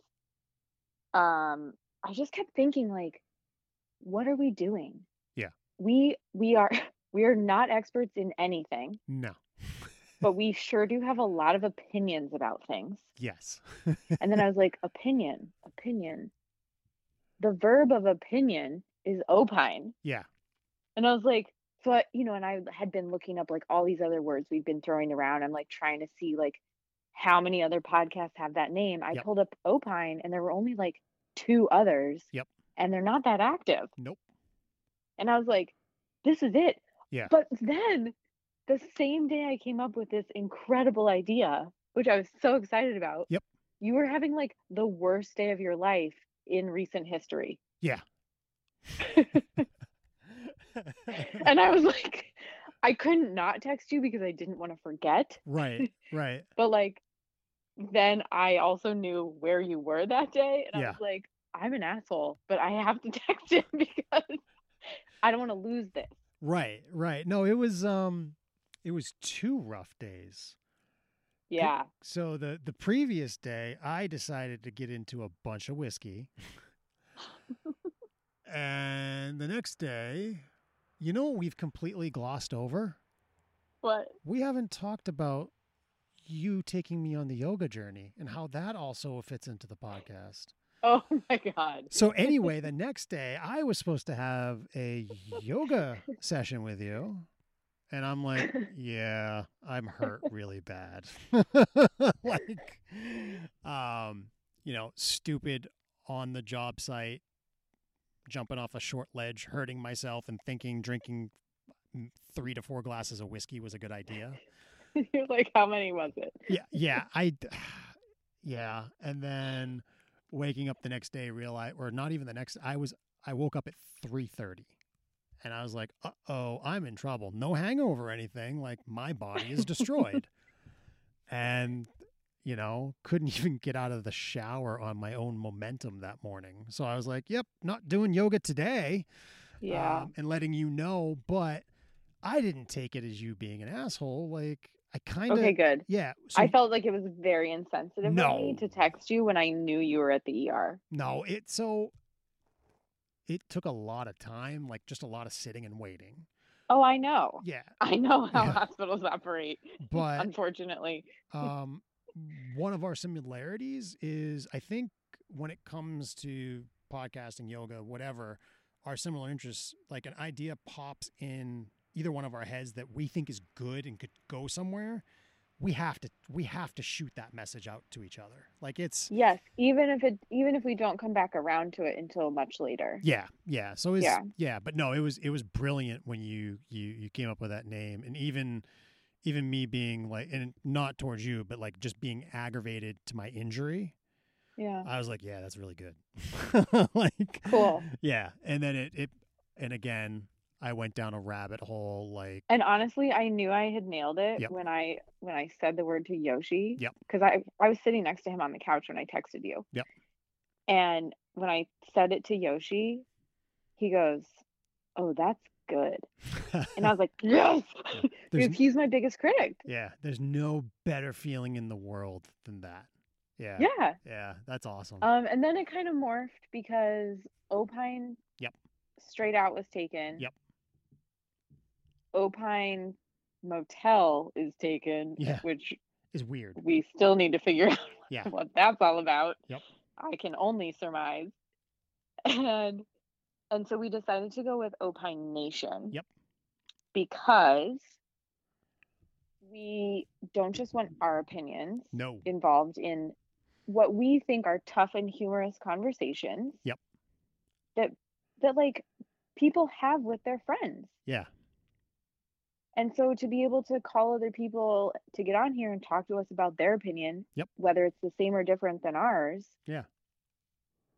um, I just kept thinking like, what are we doing? Yeah. We we are we are not experts in anything, No. but we sure do have a lot of opinions about things. Yes. And then I was like, opinion, opinion. The verb of opinion is opine. Yeah. And I was like, so I, you know, and I had been looking up like all these other words we've been throwing around. I'm like trying to see like how many other podcasts have that name. I Yep. pulled up Opine and there were only like two others. Yep. And they're not that active. Nope. And I was like, this is it. Yeah. But then the same day I came up with this incredible idea, which I was so excited about. Yep. You were having like the worst day of your life in recent history. And I was like, I couldn't not text you because I didn't want to forget. right. Right. But like, then I also knew where you were that day. And I Yeah. was like, I'm an asshole, but I have to text him because I don't want to lose this. Right. Right. No, it was um it was two rough days. Yeah. So the the previous day, I decided to get into a bunch of whiskey, and the next day, you know what we've completely glossed over? But We haven't talked about you taking me on the yoga journey and how that also fits into the podcast. oh my God. So anyway, the next day I was supposed to have a yoga session with you. And I'm like, yeah, I'm hurt really bad. like um, you know, stupid on the job site jumping off a short ledge, hurting myself and thinking drinking 3 to 4 glasses of whiskey was a good idea. You're like, how many was it? Yeah, yeah, I, d- yeah, and then waking up the next day, realize, or not even the next. I was, I woke up at three thirty, and I was like, "Uh oh, I'm in trouble." No hangover or anything. Like my body is destroyed, and you know, couldn't even get out of the shower on my own momentum that morning. So I was like, "Yep, not doing yoga today." Yeah. um, and letting you know, but I didn't take it as you being an asshole. Like I kind of. okay, good. Yeah. I so- felt like it was very insensitive of me No. to text you when I knew you were at the ER. No, it so it took a lot of time, like just a lot of sitting and waiting. Oh, I know. Yeah, I know how Yeah. hospitals operate, but unfortunately. um one of our similarities is I think when it comes to podcasting, yoga, whatever, our similar interests, like an idea pops in either one of our heads that we think is good and could go somewhere, we have to we have to shoot that message out to each other. Like it's Yes, even if it even if we don't come back around to it until much later. yeah, yeah. So it's yeah. Yeah. but no, it was it was brilliant when you you you came up with that name and even even me being like and not towards you, but like just being aggravated to my injury, Yeah. I was like, yeah, that's really good. like Cool. Yeah, and then it it and again, I went down a rabbit hole like And honestly, I knew I had nailed it Yep. when I when I said the word to Yoshi. Yep. Because I I was sitting next to him on the couch when I texted you. Yep. And when I said it to Yoshi, he goes, "Oh, that's good," and I was like, "Yes," there's because he's my biggest critic. Yeah, there's no better feeling in the world than that. Yeah. Yeah. yeah, that's awesome. Um, and then it kind of morphed because Opine. Yep. Straight out was taken. Yep. Opine Motel is taken. Yeah. Which it's weird. we still need to figure out Yeah. what that's all about. Yep. I can only surmise. And and so we decided to go with Opine Nation. Yep. Because we don't just want our opinions No. involved in what we think are tough and humorous conversations. Yep. That that like people have with their friends. Yeah. And so to be able to call other people to get on here and talk to us about their opinion, Yep. whether it's the same or different than ours. Yeah.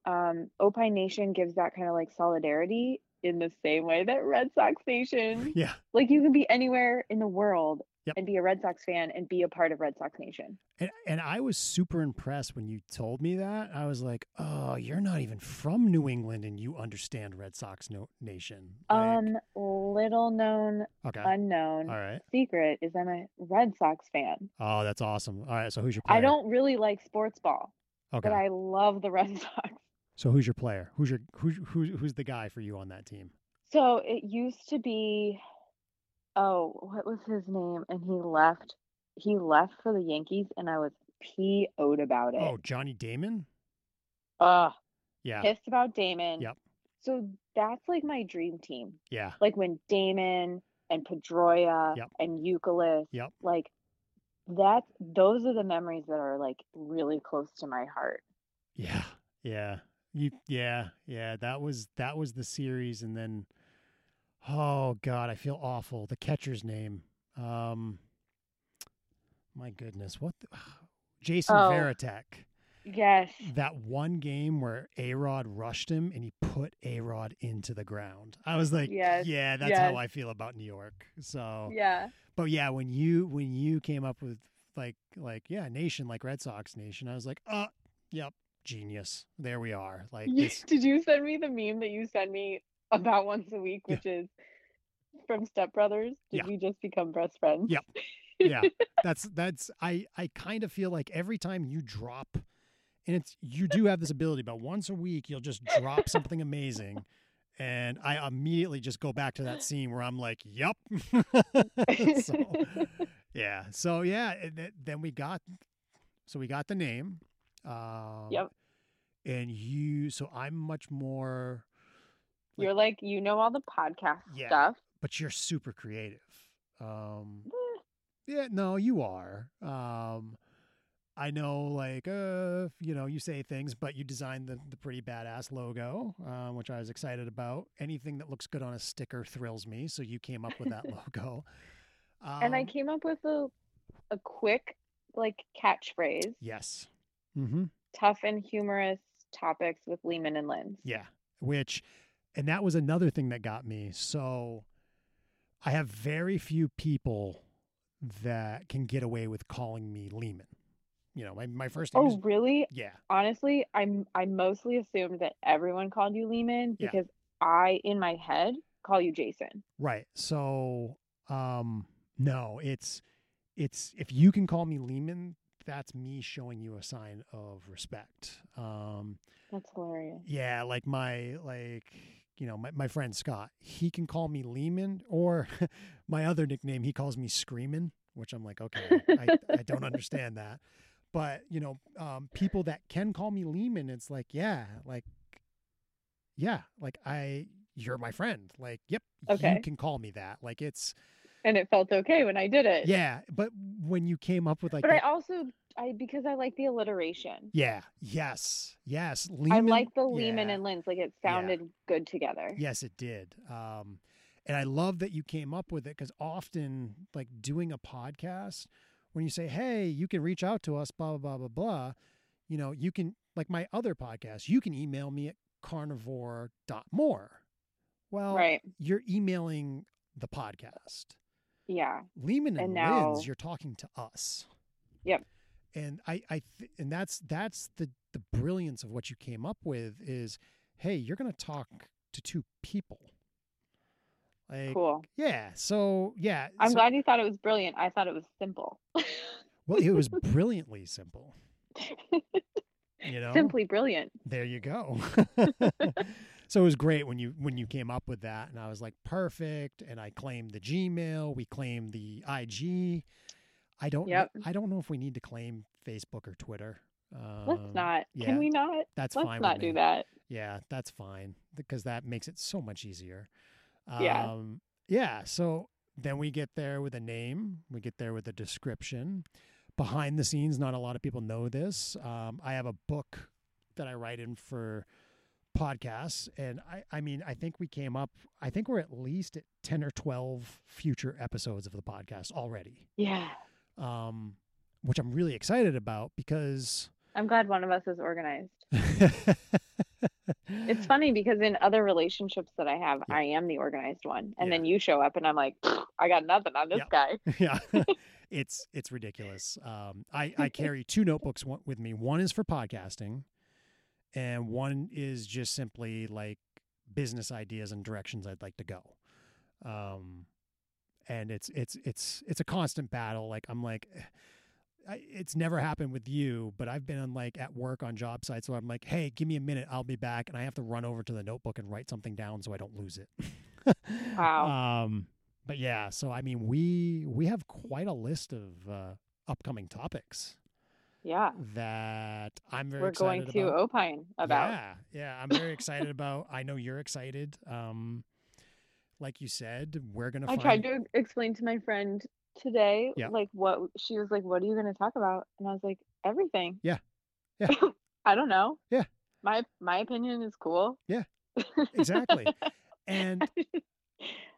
Um, Opine Nation gives that kind of like solidarity in the same way that Red Sox Nation. Yeah. like you can be anywhere in the world Yep. and be a Red Sox fan and be a part of Red Sox Nation. And and I was super impressed when you told me that. I was like, "Oh, you're not even from New England and you understand Red Sox no- nation." Like, Um, little known okay. unknown All right. secret is I'm a Red Sox fan. Oh, that's awesome. All right, so who's your player? I don't really like sports ball, Okay. but I love the Red Sox. so who's your player? Who's your who's who's who's the guy for you on that team? So it used to be, oh, what was his name? And he left. He left for the Yankees, and I was PO'd about Oh, it. Johnny Damon? Oh, Yeah. pissed about Damon. Yep. So that's like my dream team. Yeah. Like when Damon and Pedroia Yep. and Euclid, Yep. like that's those are the memories that are like really close to my heart. Yeah, yeah, you, yeah, yeah. That was that was the series, and then, oh god, I feel awful. The catcher's name, um, my goodness, what? The, Jason Oh. Veritek. Yes. That one game where A Rod rushed him and he put A Rod into the ground. I was like, Yes, yeah, that's yes. how I feel about New York. So, Yeah. but yeah, when you when you came up with like like yeah, nation like Red Sox nation, I was like, uh, yep, genius. There we are. Like You- this, Did you send me the meme that you send me about once a week, Yeah. which is from Step Brothers? Did Yeah. we just become best friends? Yep. yeah. That's that's I I kind of feel like every time you drop, and it's you do have this ability, but once a week you'll just drop something amazing. And I immediately just go back to that scene where I'm like, "Yep." so, yeah. So yeah, and th- then we got, so we got the name. Um, Yep. and you so i'm much more You're like, you know all the podcast Yeah. stuff. but you're super creative um Eh, yeah no you are um i know like uh you know you say things but you designed the, the pretty badass logo um, which i was excited about anything that looks good on a sticker thrills me so you came up with that logo um, And I came up with a a quick like catchphrase, yes mm-hmm tough and humorous topics with Lehman and Lins. Yeah. Which, and that was another thing that got me. So I have very few people that can get away with calling me Lehman. You know, my, my first name is, Oh, really? yeah, Honestly, I'm I mostly assumed that everyone called you Lehman Yeah. because I in my head call you Jason. right. So, um, no, it's, it's, if you can call me Lehman, that's me showing you a sign of respect. Um, That's hilarious. Yeah, like my like you know my, my friend Scott, he can call me Lehman or my other nickname he calls me Screamin', which I'm like okay, I, I don't understand that. But you know, um, people that can call me Lehman, it's like yeah, like yeah, like I you're my friend. Like, yep, Okay. you can call me that. Like, it's and it felt okay when I did it. yeah. But when you came up with like, but I that- also I because I like the alliteration. yeah, yes, yes, I Lehman- like the Lehman yeah. and Linz. Like it sounded good together. Yes, it did. Um, and I love that you came up with it because often, like doing a podcast, when you say, "Hey, you can reach out to us," blah blah blah blah blah, you know, you can like my other podcast, you can email me at carnivore.more. Well, Right. you're emailing the podcast. Yeah. Lehman and, And now- Linz, you're talking to us. Yep. And I, I, th- and that's that's the the brilliance of what you came up with is, hey, you're going to talk to two people. Like, Cool. yeah. So yeah. I'm so- glad you thought it was brilliant. I thought it was simple. Well, it was brilliantly simple. You know, Simply brilliant. there you go. so it was great when you when you came up with that, and I was like, perfect. And I claimed the Gmail, we claimed the IG. I don't. kn- Yep. I don't know if we need to claim Facebook or Twitter. Um, Let's not. yeah, Can we not? That's Let's fine. not with do me. that. Yeah, that's fine because that makes it so much easier. Yeah. Um, yeah. So then we get there with a name, we get there with a description. Behind the scenes, not a lot of people know this. Um, I have a book that I write in for podcasts. And I, I mean, I think we came up, I think we're at least at 10 or 12 future episodes of the podcast already, Yeah. um, which I'm really excited about because. I'm glad one of us is organized. It's funny because in other relationships that I have, Yeah. I am the organized one. And Yeah. then you show up and I'm like, I got nothing on this Yep. guy. yeah it's it's ridiculous um i i carry two notebooks one, with me one is for podcasting and one is just simply like business ideas and directions i'd like to go um and it's it's it's it's a constant battle like i'm like eh, I, it's never happened with you but i've been on like at work on job sites where i'm like hey give me a minute i'll be back and i have to run over to the notebook and write something down so i don't lose it Wow. um but yeah so i mean we we have quite a list of uh upcoming topics Yeah. that i'm very We're excited going to about. opine about. Yeah, yeah, I'm very excited about. I know you're excited. Um, like you said, we're gonna. I find, tried to explain to my friend today, Yeah. like what she was like, "What are you going to talk about?" And I was like, "Everything." Yeah. Yeah. I don't know. Yeah. My my opinion is cool. Yeah. exactly, and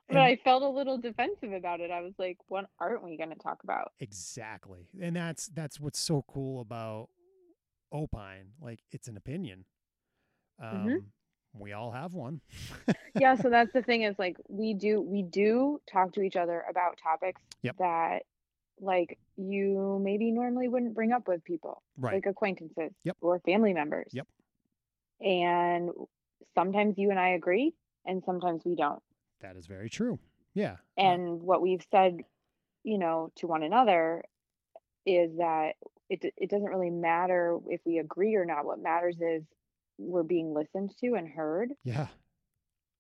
But I felt a little defensive about it. I was like, "What aren't we going to talk about?" exactly, and that's that's what's so cool about opine. Like it's an opinion. Um, Mhm. we all have one. yeah, so that's the thing is like we do we do talk to each other about topics Yep. that like you maybe normally wouldn't bring up with people. right. like acquaintances Yep. or family members. Yep. And sometimes you and I agree, and sometimes we don't. that is very true. Yeah. yeah, And what we've said, you know, to one another is that it d- it doesn't really matter if we agree or not. What matters is we're being listened to and heard, yeah.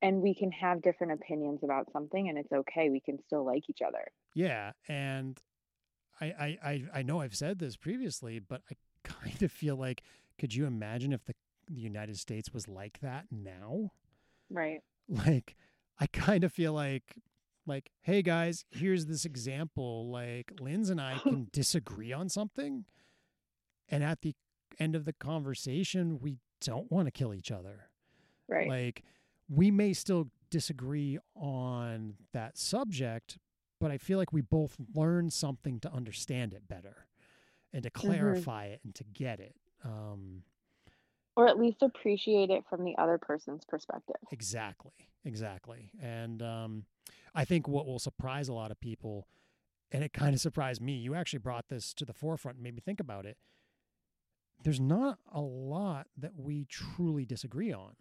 and we can have different opinions about something, and it's okay. We can still like each other. Yeah, and I, I I I know I've said this previously, but I kind of feel like could you imagine if the the United States was like that now? Right. Like I kind of feel like like hey guys, here's this example like Linz and I can disagree on something and at the end of the conversation we don't want to kill each other. Right. Like we may still disagree on that subject, but I feel like we both learned something to understand it better and to clarify it and to get it. Um, or at least appreciate it from the other person's perspective. exactly, exactly. And um, I think what will surprise a lot of people, and it kind of surprised me, you actually brought this to the forefront and made me think about it. There's not a lot that we truly disagree on.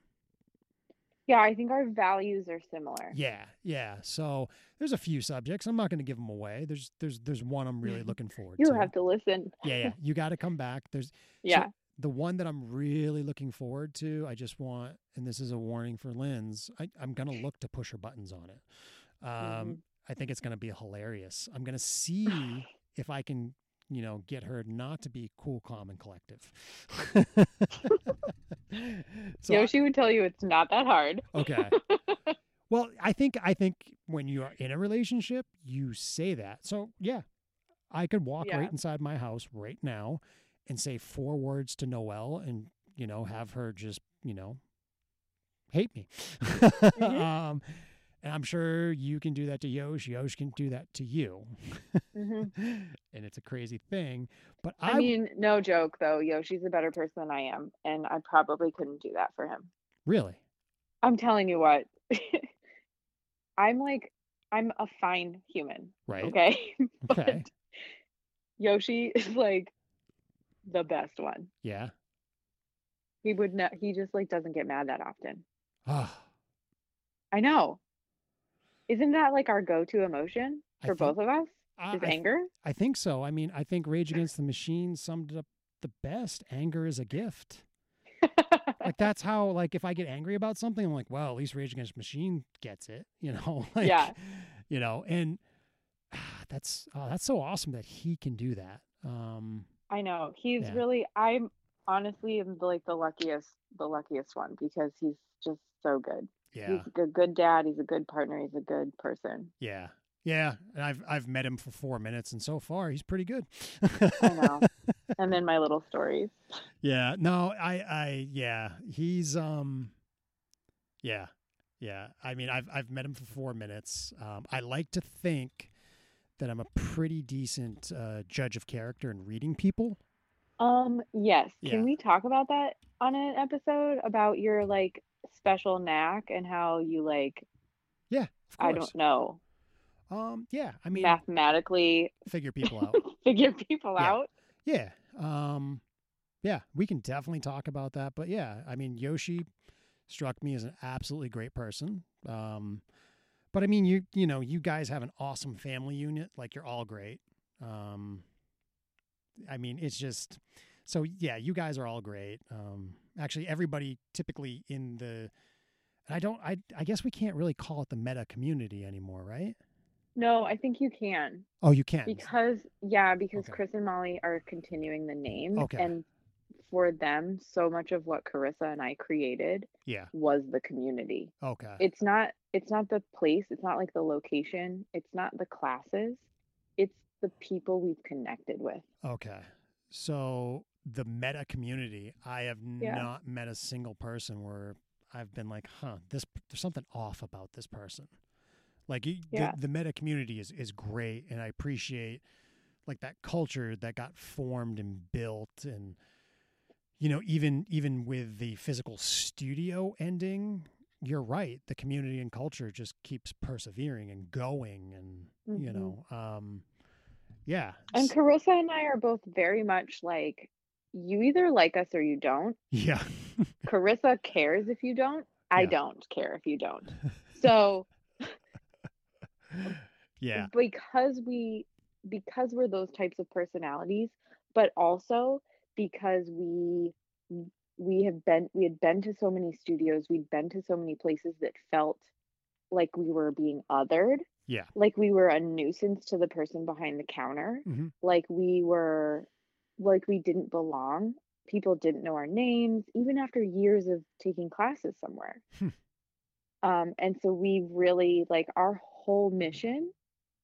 Yeah, I think our values are similar. Yeah, yeah. So there's a few subjects. I'm not going to give them away. There's there's there's one I'm really looking forward You to. have to listen. yeah, yeah. You got to come back. There's Yeah. the one that I'm really looking forward to. I just want, and this is a warning for Lynn's. I, I'm going to look to push her buttons on it. Um, Mhm. I think it's going to be hilarious. I'm going to see if I can, you know, get her not to be cool, calm, and collective. so I- Yoshi would tell you it's not that hard. Okay. Well, I think I think when you are in a relationship, you say that. So yeah, I could walk Yeah. right inside my house right now and say four words to Noelle, and you know have her just you know hate me. Mm-hmm. um, and I'm sure you can do that to Yosh. Yosh can do that to you, Mm-hmm. hmm and it's a crazy thing. But I, I mean, no joke though. Yoshi's a better person than I am, and I probably couldn't do that for him. really, I'm telling you what. I'm like, I'm a fine human. right? Okay. But Okay. Yoshi is like the best one. Yeah. He would not, he just like doesn't get mad that often. Ah, I know. Isn't that like our go to emotion I for think- both of us? I, Is I- anger? I think so. I mean, I think Rage Against the Machine summed it up the best. Anger is a gift. Like that's how like if I get angry about something, I'm like, well, at least Rage Against the Machine gets it, you know. Like, Yeah. You know, and ah, that's oh, that's so awesome that he can do that. Um, I know. He's Yeah. really, I'm honestly am like the luckiest, the luckiest one because he's just so good. yeah, He's a good, good dad. He's a good partner. He's a good person. yeah, yeah. And I've I've met him for four minutes, and so far he's pretty good. I know. and then my little stories. Yeah. No, I I yeah, he's um yeah. Yeah. I mean, I've I've met him for 4 minutes. Um I like to think that I'm a pretty decent uh judge of character and reading people. Um, yes. Can Yeah. we talk about that on an episode about your like special knack and how you like, Yeah, of I course. don't know, Um yeah, I mean, mathematically figure people out. figure people Yeah. out? yeah. Um yeah, we can definitely talk about that, but yeah, I mean, Yoshi struck me as an absolutely great person. Um but I mean, you you know, you guys have an awesome family unit. Like you're all great. Um, I mean, it's just so yeah. You guys are all great. Um, actually, everybody typically in the I don't I I guess we can't really call it the meta community anymore, right? No, I think you can Oh, you can. because yeah, because Okay. Chris and Molly are continuing the name Okay. and for them, so much of what Carissa and I created yeah. was the community. Okay. it's not it's not the place it's not like the location it's not the classes it's the people we've connected with Okay. So the meta community, I have Yeah. not met a single person where I've been like, huh, this there's something off about this person. Like you, Yeah. the, the meta community is is great, and I appreciate like that culture that got formed and built, and you know, even even with the physical studio ending, you're right. The community and culture just keeps persevering and going, and you Mhm. know, um, yeah, and s- carissa and i are both very much like you either like us or you don't yeah. carissa cares if you don't i Yeah. don't care if you don't so yeah. because we because we're those types of personalities but also because we we have been we had been to so many studios we'd been to so many places that felt like we were being othered Yeah. like we were a nuisance to the person behind the counter Mhm. like we were like we didn't belong people didn't know our names even after years of taking classes somewhere Hmm. um, and so we really like our whole Mm-hmm. mission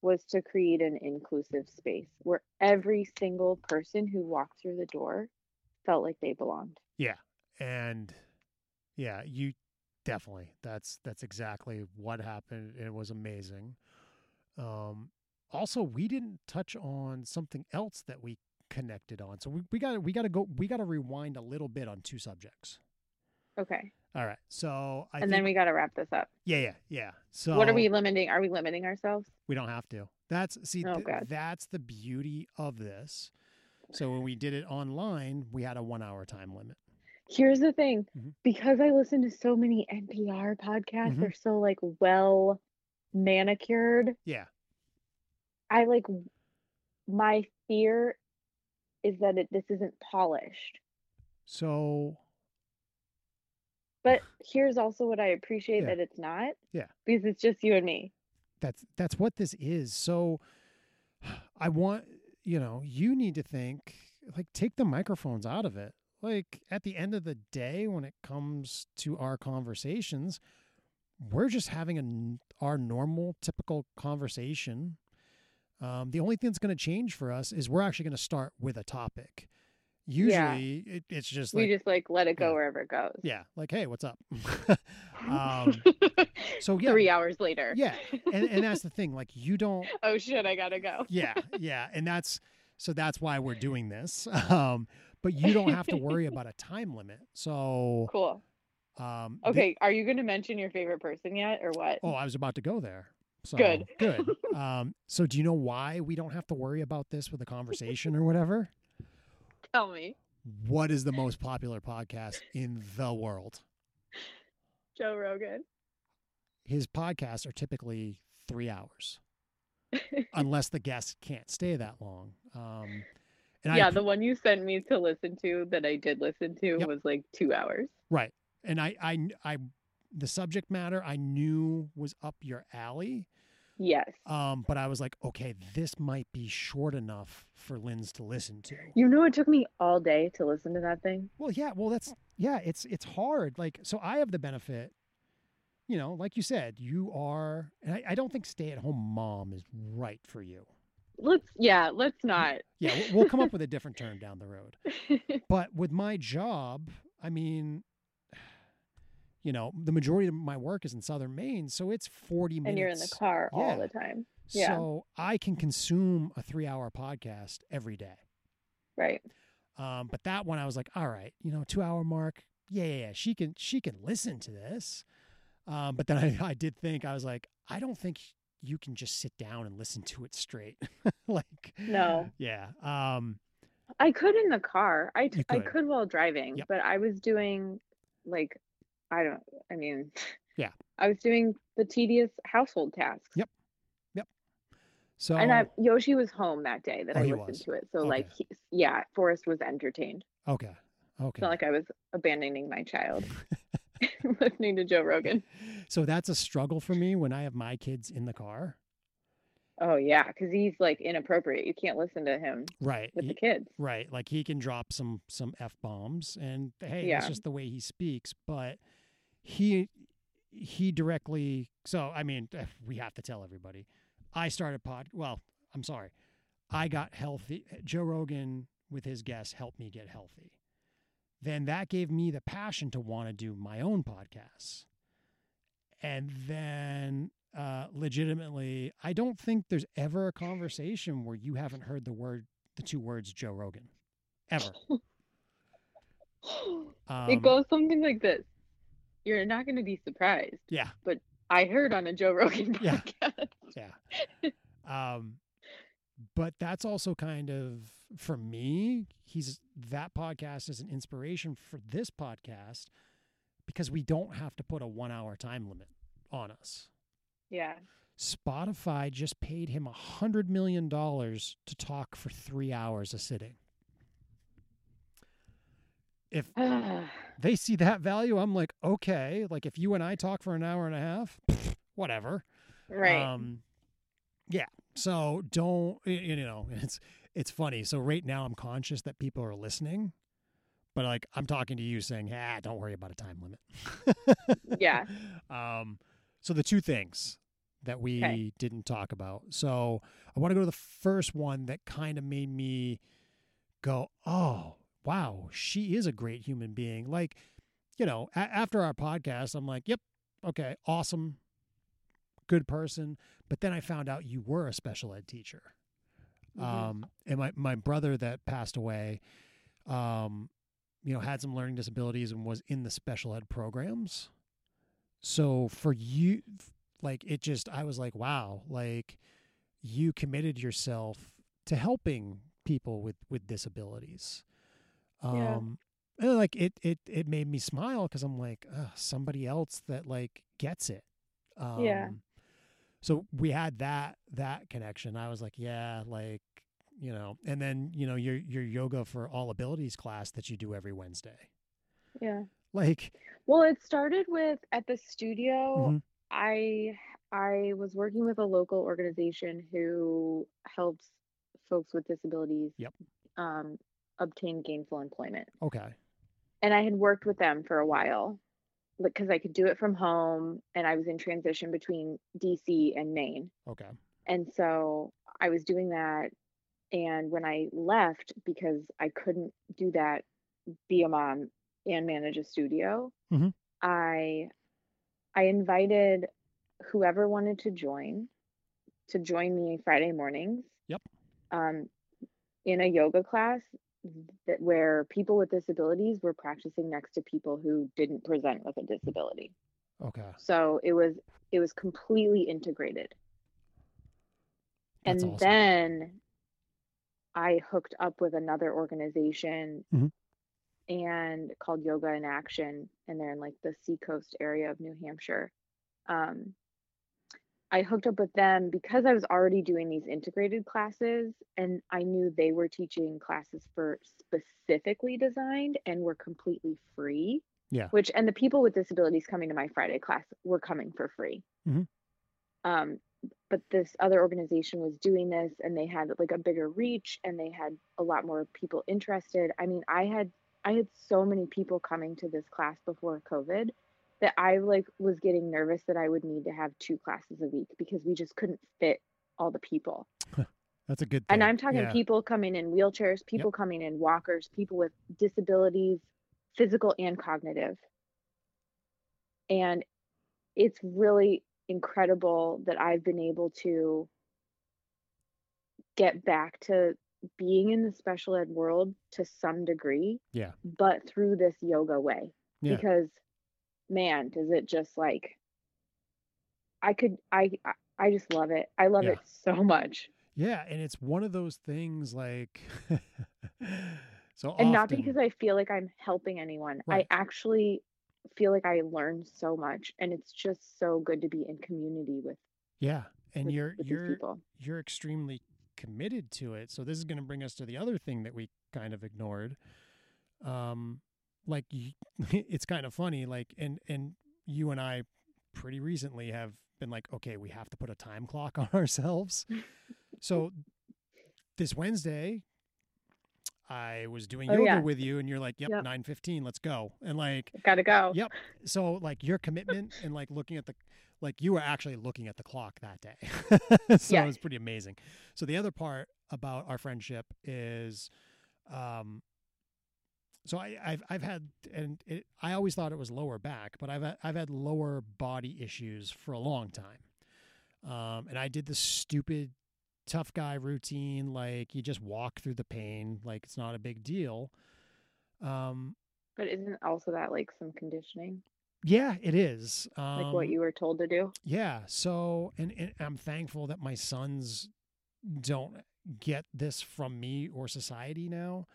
was to create an inclusive space where every single person who walked through the door felt like they belonged And yeah, you definitely. That's that's exactly what happened. It was amazing. Um also we didn't touch on something else that we connected on. So we, we gotta we gotta go we gotta rewind a little bit on two subjects. okay All right. So I and think, then we got to wrap this up Yeah, yeah, yeah. So what are we limiting are we limiting ourselves We don't have to. That's see, Oh, th- God. that's the beauty of this. So when we did it online, we had a one hour time limit. here's the thing Mhm. because i listen to so many npr podcasts Mhm. they're so like well manicured Yeah. i like w- my fear is that it, this isn't polished So but here's also what i appreciate Yeah. that it's not Yeah. because it's just you and me that's that's what this is. So I want you know, you need to think like take the microphones out of it. Like at the end of the day when it comes to our conversations, we're just having an, our normal, typical conversation. Um, the only thing that's going to change for us is we're actually going to start with a topic. Yeah. Usually, it, it's just we like, just like let it go yeah. wherever it goes. yeah, like, hey, what's up? um, so, yeah. Three hours later. Yeah, and, and that's the thing. Like, you don't, oh shit, I gotta go. yeah, yeah. And that's, so that's why we're doing this. Um, but you don't have to worry about a time limit. So, Cool. um, the- Okay, are you gonna mention your favorite person yet or what? Oh, I was about to go there. So, Good. Good. Um, so, do you know why we don't have to worry about this with a conversation or whatever? Tell me. What is the most popular podcast in the world? Joe Rogan. His podcasts are typically three hours, unless the guest can't stay that long. Um, and yeah, I, the one you sent me to listen to that I did listen to Yep. was like two hours. right. And I, I, I, the subject matter I knew was up your alley. Yes. Um, but I was like, okay, this might be short enough for Linz to listen to. You know, it took me all day to listen to that thing. Well, yeah. Well, that's yeah. It's it's hard. Like, so I have the benefit. You know, like you said, you are, and I, I don't think stay-at-home mom is right for you. Let's, yeah, let's not. Yeah, we'll, we'll come up with a different term down the road. But with my job, I mean, you know, the majority of my work is in Southern Maine, so it's forty minutes. and you're in the car Yeah. all the time. yeah. So I can consume a three-hour podcast every day. Right. Um, but that one, I was like, all right, you know, two hour mark. Yeah, yeah, yeah. She can, she can listen to this. Um, but then I, I did think I was like, I don't think you can just sit down and listen to it straight. like, No. yeah. Um, I could in the car. I, You t- I could. could while driving, Yep. but I was doing like, I don't, I mean, Yeah. I was doing the tedious household tasks. Yep. so And I, Yoshi was home that day that Oh, I he listened was. to it. So, Okay. like, he, yeah, Forrest was entertained. okay, It's okay. not like I was abandoning my child listening to Joe Rogan. so that's a struggle for me when I have my kids in the car. Oh, yeah, because he's like inappropriate. You can't listen to him Right. with y- the kids. Right. Like he can drop some some f bombs, and hey, that's Yeah. just the way he speaks. But he he directly. So I mean, eh, we have to tell everybody. I started pod. Well, I'm sorry. I got healthy. eh, Joe Rogan with his guests helped me get healthy. Then that gave me the passion to want to do my own podcasts. And then, uh, legitimately, I don't think there's ever a conversation where you haven't heard the word, the two words Joe Rogan, ever. Um, it goes something like this You're not going to be surprised. Yeah, I heard on a Joe Rogan Yeah. podcast. yeah. um, but that's also kind of for me. He's that podcast is an inspiration for this podcast because we don't have to put a one-hour time limit on us. Yeah. Spotify just paid him a hundred million dollars to talk for three hours a sitting. If they see that value, I'm like, okay. Like if you and I talk for an hour and a half, pfft, whatever. right. Um, yeah. So don't y- you know? It's it's funny. So right now, I'm conscious that people are listening, but like I'm talking to you, saying, "Ah, don't worry about a time limit." yeah. Um, so the two things that we Okay. didn't talk about. So I want to go to the first one that kind of made me go, "Oh, wow, she is a great human being." Like, you know, a- after our podcast, I'm like, "Yep, okay, awesome, good person." But then I found out you were a special ed teacher. Mhm. Um, and my my brother that passed away, um, you know, had some learning disabilities and was in the special ed programs so for you f- like it just i was like wow like you committed yourself to helping people with with disabilities Yeah. um and like it it it made me smile because i'm like Ugh, somebody else that like gets it um Yeah. so we had that that connection i was like yeah like you know and then you know your your yoga for all abilities class that you do every wednesday yeah. like Well, it started with at the studio. Mhm. I I was working with a local organization who helps folks with disabilities Yep. um, obtain gainful employment, okay and I had worked with them for a while because I could do it from home and I was in transition between DC and Maine. Okay. And so I was doing that. And when I left, because I couldn't do that, be a mom and manage a studio, Mhm. I I invited whoever wanted to join to join me Friday mornings. Yep. Um, in a yoga class that where people with disabilities were practicing next to people who didn't present with a disability. Okay. So it was it was completely integrated. That's and awesome. then I hooked up with another organization Mhm. and called Yoga in Action, and they're in like the seacoast area of New Hampshire. Um, I hooked up with them because I was already doing these integrated classes, and I knew they were teaching classes for specifically designed and were completely free. Yeah. Which, and the people with disabilities coming to my Friday class were coming for free. Mhm. Um, but this other organization was doing this and they had like a bigger reach and they had a lot more people interested i mean i had i had so many people coming to this class before covid that i like was getting nervous that i would need to have two classes a week because we just couldn't fit all the people That's a good thing. and i'm talking yeah. people coming in wheelchairs people coming in walkers people with disabilities physical and cognitive and it's really incredible that i've been able to get back to being in the special ed world to some degree Yeah. but through this yoga way Yeah. because man does it just like i could i I- i just love it i love Yeah. it so much Yeah, and it's one of those things like so and often, not because I feel like I'm helping anyone. Right. I actually feel like I learned so much, and it's just so good to be in community with yeah, and with- you're with these you're people. you're extremely committed to it. So this is going to bring us to the other thing that we kind of ignored. Um like y- it's kind of funny like and and you and I pretty recently have been like okay, we have to put a time clock on ourselves. so this Wednesday I was doing Oh, yoga yeah. with you and you're like, yep, Yep. 9:15, let's go. And like Gotta go. Yep. so like your commitment and like looking at the like you were actually looking at the clock that day so it Yeah. was pretty amazing so the other part about our friendship is um so I, I've I've had and it, I always thought it was lower back, but I've had, I've had lower body issues for a long time, um, and I did the stupid tough guy routine like you just walk through the pain like it's not a big deal, um, But isn't also that like some conditioning, yeah it is um, like what you were told to do? Yeah. So, and, and I'm thankful that my sons don't get this from me or society now.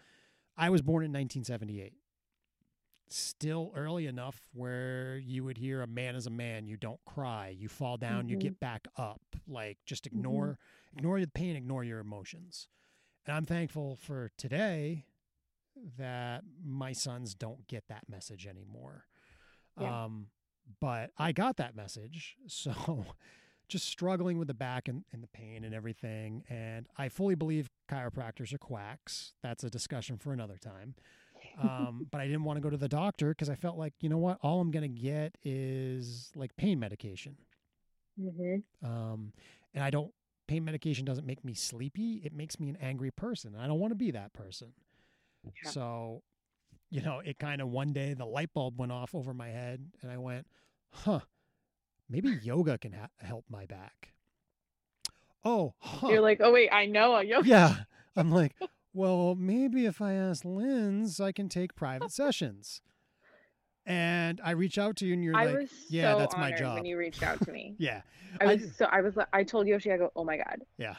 I was born in 1978. Still early enough where you would hear a man is a man, you don't cry, you fall down, you Mhm. get back up. Like just ignore ignore the pain, ignore your emotions. And I'm thankful for today that my sons don't get that message anymore. Yeah. Um, but I got that message. So just struggling with the back and, and the pain and everything. And I fully believe chiropractors are quacks. That's a discussion for another time. Um, but I didn't want to go to the doctor because I felt like, you know what? All I'm going to get is like pain medication. Mm-hmm. Um, and I don't, pain medication doesn't make me sleepy. It makes me an angry person. and I don't want to be that person. Yeah. So, you know, it kind of one day the light bulb went off over my head and I went, huh, maybe yoga can ha- help my back. Oh, huh. You're like, oh wait, I know a yoga. yeah. I'm like, well, maybe if I ask Linz, I can take private sessions. And I reach out to you and you're I like, was yeah, so that's my honored job. when you reached out to me. yeah. I I was so I was like- I told Yoshi I go, oh my god, Yeah.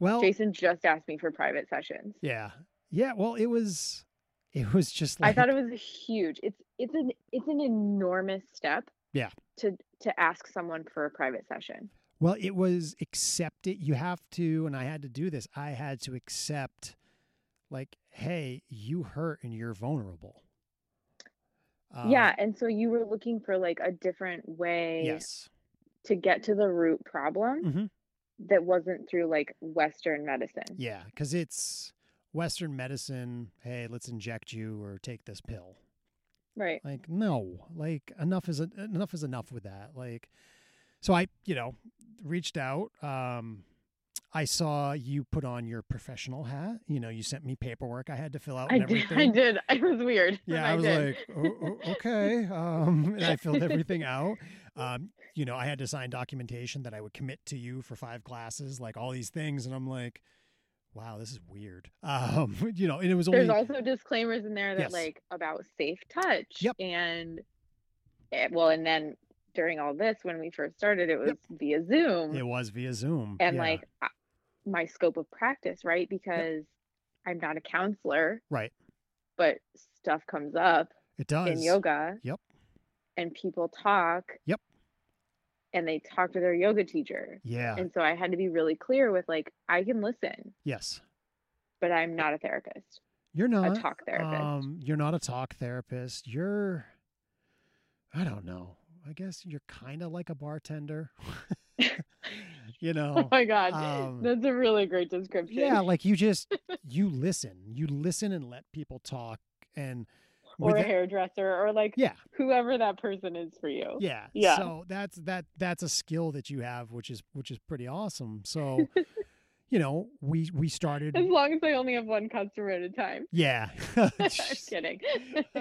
Well, Jason just asked me for private sessions. Oh. yeah. Yeah. Well, it was, it was just like, I thought it was a huge. It's it's an it's an enormous step. Yeah. To to ask someone for a private session. Well, it was accept it. You have to, and I had to do this. I had to accept, like, hey, you hurt and you're vulnerable. Um, yeah, and so you were looking for like a different way Yes. to get to the root problem hmm that wasn't through like Western medicine. Yeah, because it's Western medicine. Hey, let's inject you or take this pill. Right. Like no, like enough is enough is enough with that. Like so I, you know, reached out um I saw you put on your professional hat. You know, you sent me paperwork I had to fill out I and did. everything. I did. It was weird. Yeah, but I, was did. like, "Oh, "O- o- okay. Um, and I filled everything out. Um, you know, I had to sign documentation that I would commit to you for five classes, like all these things. And I'm like, wow, this is weird. Um, you know, and it was only, There's also disclaimers in there that Yes. like about safe touch. Yep. And eh, well, and then during all this, when we first started, it was Yep. via Zoom it was via Zoom. and Yeah. like I- my scope of practice, right? Because I'm not a counselor, right. but stuff comes up It does. in yoga. Yep. And people talk. Yep. And they talk to their yoga teacher. Yeah. And so I had to be really clear with like, I can listen, yes. but I'm not a therapist, You're not. a talk therapist. Um, you're not a talk therapist. You're, I don't know. I guess you're kind of like a bartender. you oh know. my God. um, That's a really great description. Yeah, like you just you listen, you listen and let people talk, and or with a it- hairdresser or like yeah, whoever that person is for you. yeah, oh, Yeah. So that's that that's a skill that you have, which is which is pretty awesome. So, you know, we we started, As long as I only have one customer at a time. yeah. I'm kidding.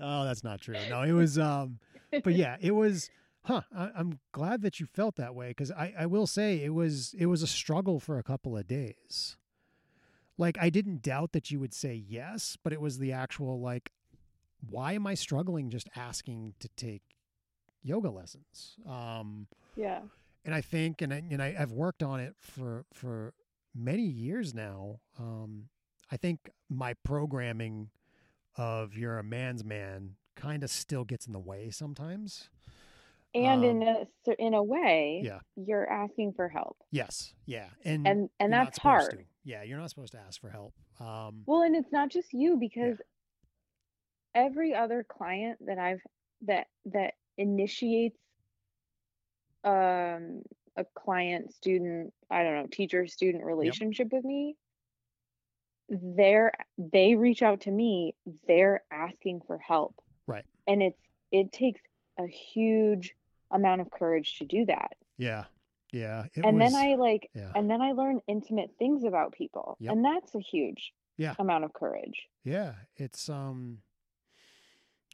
oh, that's not true. No, it was um, but yeah, it was. Huh. I, I'm glad that you felt that way because I I will say it was it was a struggle for a couple of days. Like I didn't doubt that you would say yes, but it was the actual like why am I struggling just asking to take yoga lessons? Um, yeah. and I think, and I, and I, I've worked on it for for many years now. Um, I think my programming of "You're a man's man" kind of still gets in the way sometimes. And in Um, a cer- in a way, yeah. you're asking for help. Yes, yeah, and And and you're not that's supposed hard. to. Yeah, you're not supposed to ask for help. Um, Well, and it's not just you because every other client that I've that that initiates um a client student, I don't know, teacher student relationship with me, they're they reach out to me, they're asking for help. Right. And it's it takes a huge amount of courage to do that. yeah, yeah. It and was, then I like yeah, and then I learn intimate things about people. Yep. And that's a huge Yeah. amount of courage. yeah. It's um,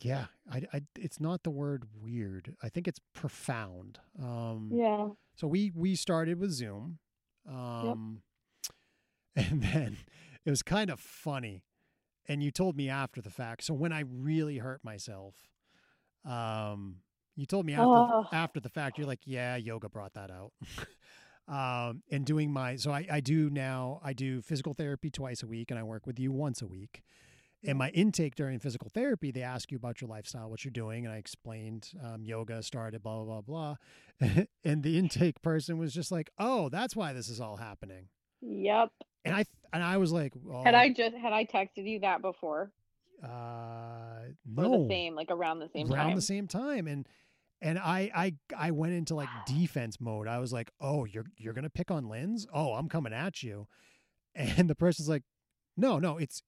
yeah. I, I, it's not the word weird. I think it's profound. Um, Yeah. So we we started with Zoom, um, and then it was kind of funny. And you told me after the fact. So when I really hurt myself, um, you told me after Oh. after the fact. You're like, yeah, yoga brought that out. um, and doing my so I I do now I do physical therapy twice a week, and I work with you once a week. And my intake during physical therapy, they ask you about your lifestyle, what you're doing, and I explained um, yoga started, blah blah blah blah. and the intake person was just like, "Oh, that's why this is all happening." Yep. And I and I was like, oh, Had I just had I texted you that before uh, or no, the same like around the same around time? the same time, and and I I I went into like defense mode. I was like, "Oh, you're you're gonna pick on Lynn's? Oh, I'm coming at you." And the person's like, "No, no, it's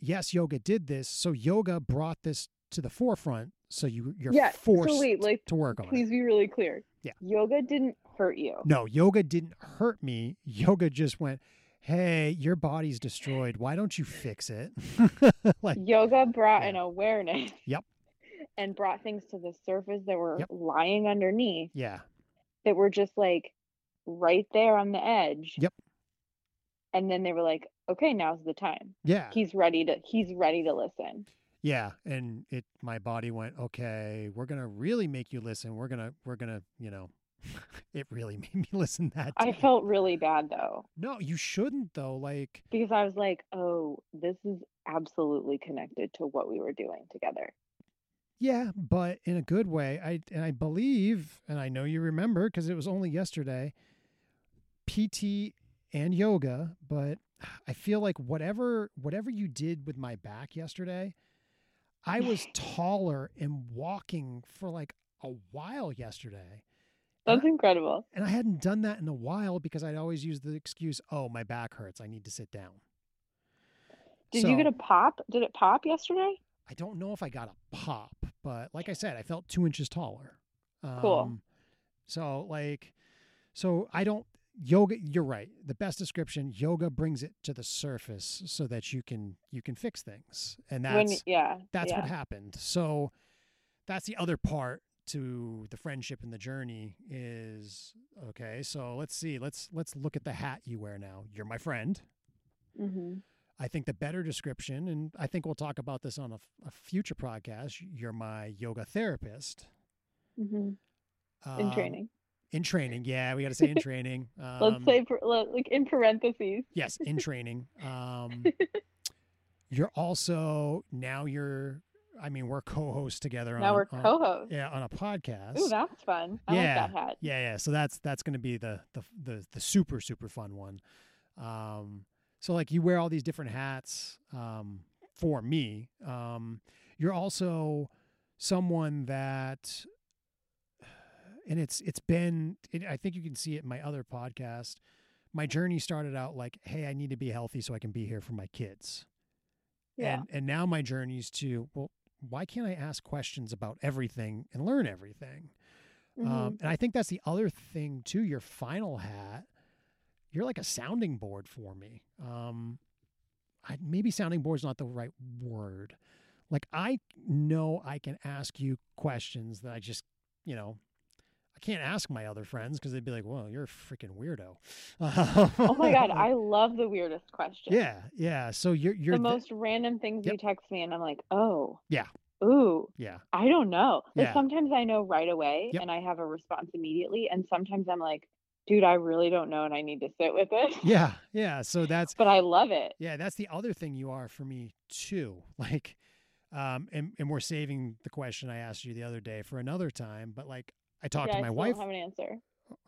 yes, yoga did this, so yoga brought this to the forefront, so you you're yeah. forced So wait, like to work on it." please be really clear. Yeah. Yoga didn't hurt you. No, yoga didn't hurt me. Yoga just went, hey, your body's destroyed. Why don't you fix it? like, Yoga brought Yeah. an awareness. Yep. And brought things to the surface that were Yep. lying underneath yeah, that were just like right there on the edge. Yep. And then they were like, okay, now's the time. yeah, He's ready to he's ready to listen. yeah. And it, my body went, okay, we're gonna really make you listen. We're gonna, we're gonna, you know, it really made me listen that. I time. felt really bad though no, you shouldn't though. Like, because I was like, oh, this is absolutely connected to what we were doing together. Yeah, but in a good way. I and I believe, and I know you remember because it was only yesterday. PT and yoga, but I feel like whatever whatever you did with my back yesterday, I was taller and walking for like a while yesterday. Uh, That's incredible. And I hadn't done that in a while because I'd always used the excuse, "Oh, my back hurts. I need to sit down." Did you get So- a pop? Did it pop yesterday? I don't know if I got a pop, but like I said, I felt two inches taller. Um, Cool. So like, so I don't yoga. You're right. The best description yoga brings it to the surface so that you can you can fix things, and that's when yeah that's yeah. what happened. So that's the other part to the friendship and the journey is okay. So let's see. Let's let's look at the hat you wear now. You're my friend. hmm I think the better description, and I think we'll talk about this on a, f- a future podcast. You're my yoga therapist hmm in Um, training In training, yeah, we got to say in training. Um, let's say per, let, like in parentheses yes, in training. Um, you're also now you're. I mean, we're co-hosts together. now on, we're on- co-hosts yeah, on a podcast. Ooh, that's fun i uh, Yeah. like that hat Yeah, yeah. So that's that's going to be the, the the the super super fun one. Um, so like you wear all these different hats. Um, for me, um, you're also someone that, and it's it's been. It, I think you can see it in my other podcast. My journey started out like, hey, I need to be healthy so I can be here for my kids. yeah And, and now my journey's to well, why can't I ask questions about everything and learn everything? mhm. Um, and I think that's the other thing too. Your final hat, you're like a sounding board for me. Um, I, maybe sounding board's not the right word. Like I know I can ask you questions that I just, you know, I can't ask my other friends because they'd be like, "Well, you're a freaking weirdo." oh my god i love the weirdest question yeah, yeah. So you're you're the th- most random things Yep. you text me and i'm like oh Yeah. ooh yeah, i don't know like Yeah. sometimes i know right away Yep. and i have a response immediately and sometimes i'm like dude i really don't know and i need to sit with it yeah, yeah. So that's but i love it Yeah, that's the other thing you are for me too. Like, um, and and we're saving the question I asked you the other day for another time. But like, I talked yeah, to I my still wife. don't have an answer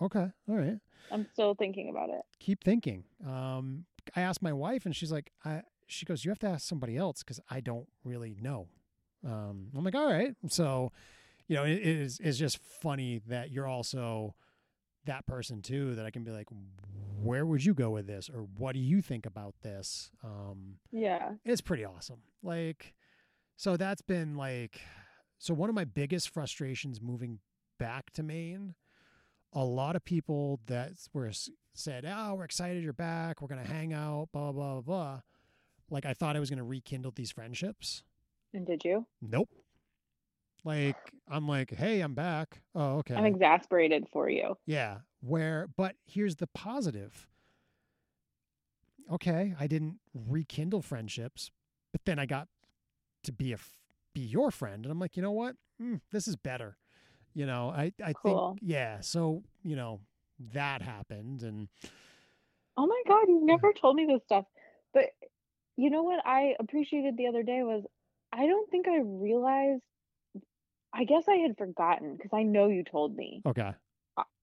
Okay, all right. i'm still thinking about it Keep thinking. Um, I asked my wife, and she's like, I. She goes, you have to ask somebody else because I don't really know. Um, I'm like, all right. So, you know, it, it is it's just funny that you're also that person too that I can be like, where would you go with this, or what do you think about this? Um, yeah it's pretty awesome. Like, so that's been like, so one of my biggest frustrations moving back to Maine, a lot of people that were s- said, "Oh, we're excited you're back. We're gonna hang out." Blah blah blah blah. Like, I thought I was gonna rekindle these friendships. and did you Nope. Like, I'm like, hey, I'm back. Oh, okay. i'm exasperated for you Yeah. Where, but here's the positive. Okay, I didn't rekindle friendships, but then I got to be a f- be your friend, and I'm like, you know what? Mm, this is better. You know, I I Cool. think yeah. So you know that happened, and Oh my God, you've never told me this stuff. But you know what I appreciated the other day was I don't think I realized, I guess I had forgotten because I know you told me. okay,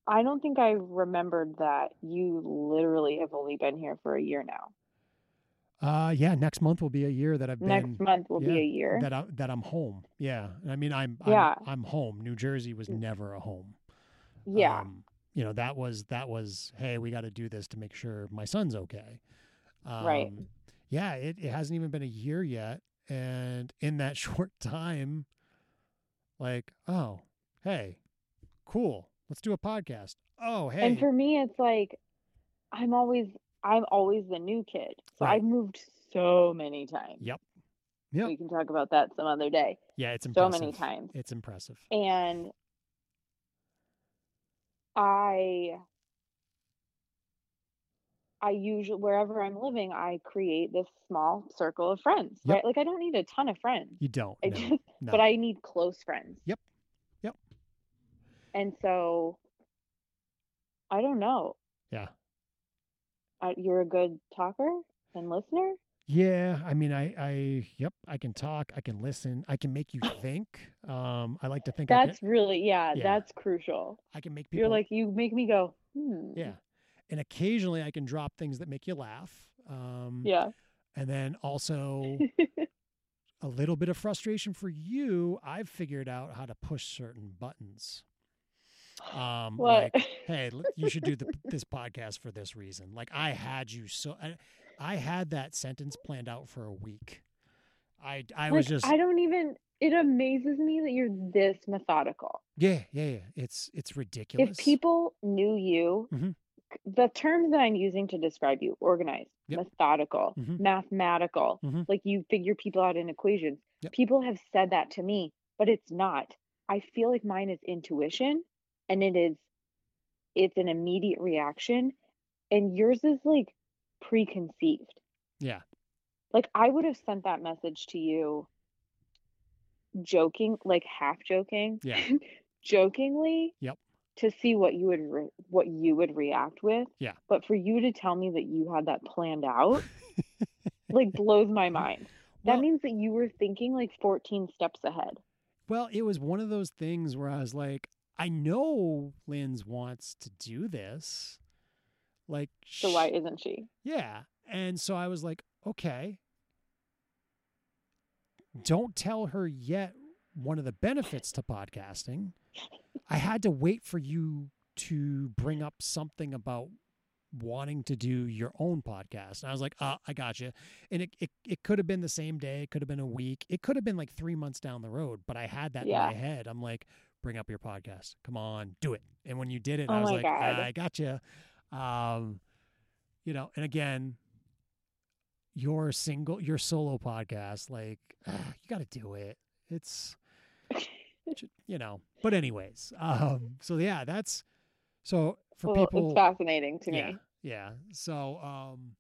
I don't think I remembered that you literally have only been here for a year now. uh, yeah. Next month will be a year that I've been Next month will yeah, be a year. that I'm that I'm home. Yeah, I mean, I'm, Yeah. Mm. I'm I'm home. New Jersey was never a home. Yeah. um, you know that was that was hey we got to do this to make sure my son's okay um, Right. yeah it, it hasn't even been a year yet and in that short time like oh hey cool let's do a podcast oh hey And for me, it's like I'm always I'm always the new kid. So Right. I've moved so many times. Yep. Yep. We can talk about that some other day. yeah it's So impressive many times. it's impressive and i i usually wherever i'm living i create this small circle of friends Yep. right like i don't need a ton of friends you don't i no, just no. but i need close friends Yep. Yep. and so i don't know Yeah. uh, you're a good talker and listener yeah i mean i i yep i can talk i can listen i can make you think um i like to think I, that's can, really yeah, Yeah. that's crucial I can make people you're like you make me go hmm Yeah. And occasionally I can drop things that make you laugh. Um, yeah And then also a little bit of frustration for you. I've figured out how to push certain buttons. Um, what Like, hey, l- you should do the, this podcast for this reason. Like I had you so, I, I had that sentence planned out for a week. I I Like, was just I don't even. It amazes me that you're this methodical. yeah yeah yeah. It's it's ridiculous. If people knew you, Mhm. c- the terms that I'm using to describe you organized, Yep. methodical, Mhm. mathematical, Mhm. like you figure people out in equations. Yep. People have said that to me, but it's not. I feel like mine is intuition and it is it's an immediate reaction and yours is like preconceived. Yeah. Like I would have sent that message to you joking, like half joking. Yeah. jokingly Yep. to see what you would re- what you would react with Yeah. but for you to tell me that you had that planned out like blows my mind that Well- means that you were thinking like 14 steps ahead Well, it was one of those things where I was like, I know Linz wants to do this. Like, so why sh- isn't she Yeah. And so I was like, okay. Don't tell her yet one of the benefits to podcasting. I had to wait for you to bring up something about wanting to do your own podcast. And I was like, ah, I gotcha. And it, it, it could have been the same day. It could have been a week. It could have been like three months down the road, but I had that Yeah. in my head. I'm like, bring up your podcast. Come on, do it. And when you did it, Oh I was my like, God. I gotcha. Um, you know, and again, your single, your solo podcast, like ugh, you got to do it. It's, ju- you know, but anyways, um, so yeah, that's so for well people. it's fascinating to yeah, me yeah. So, um,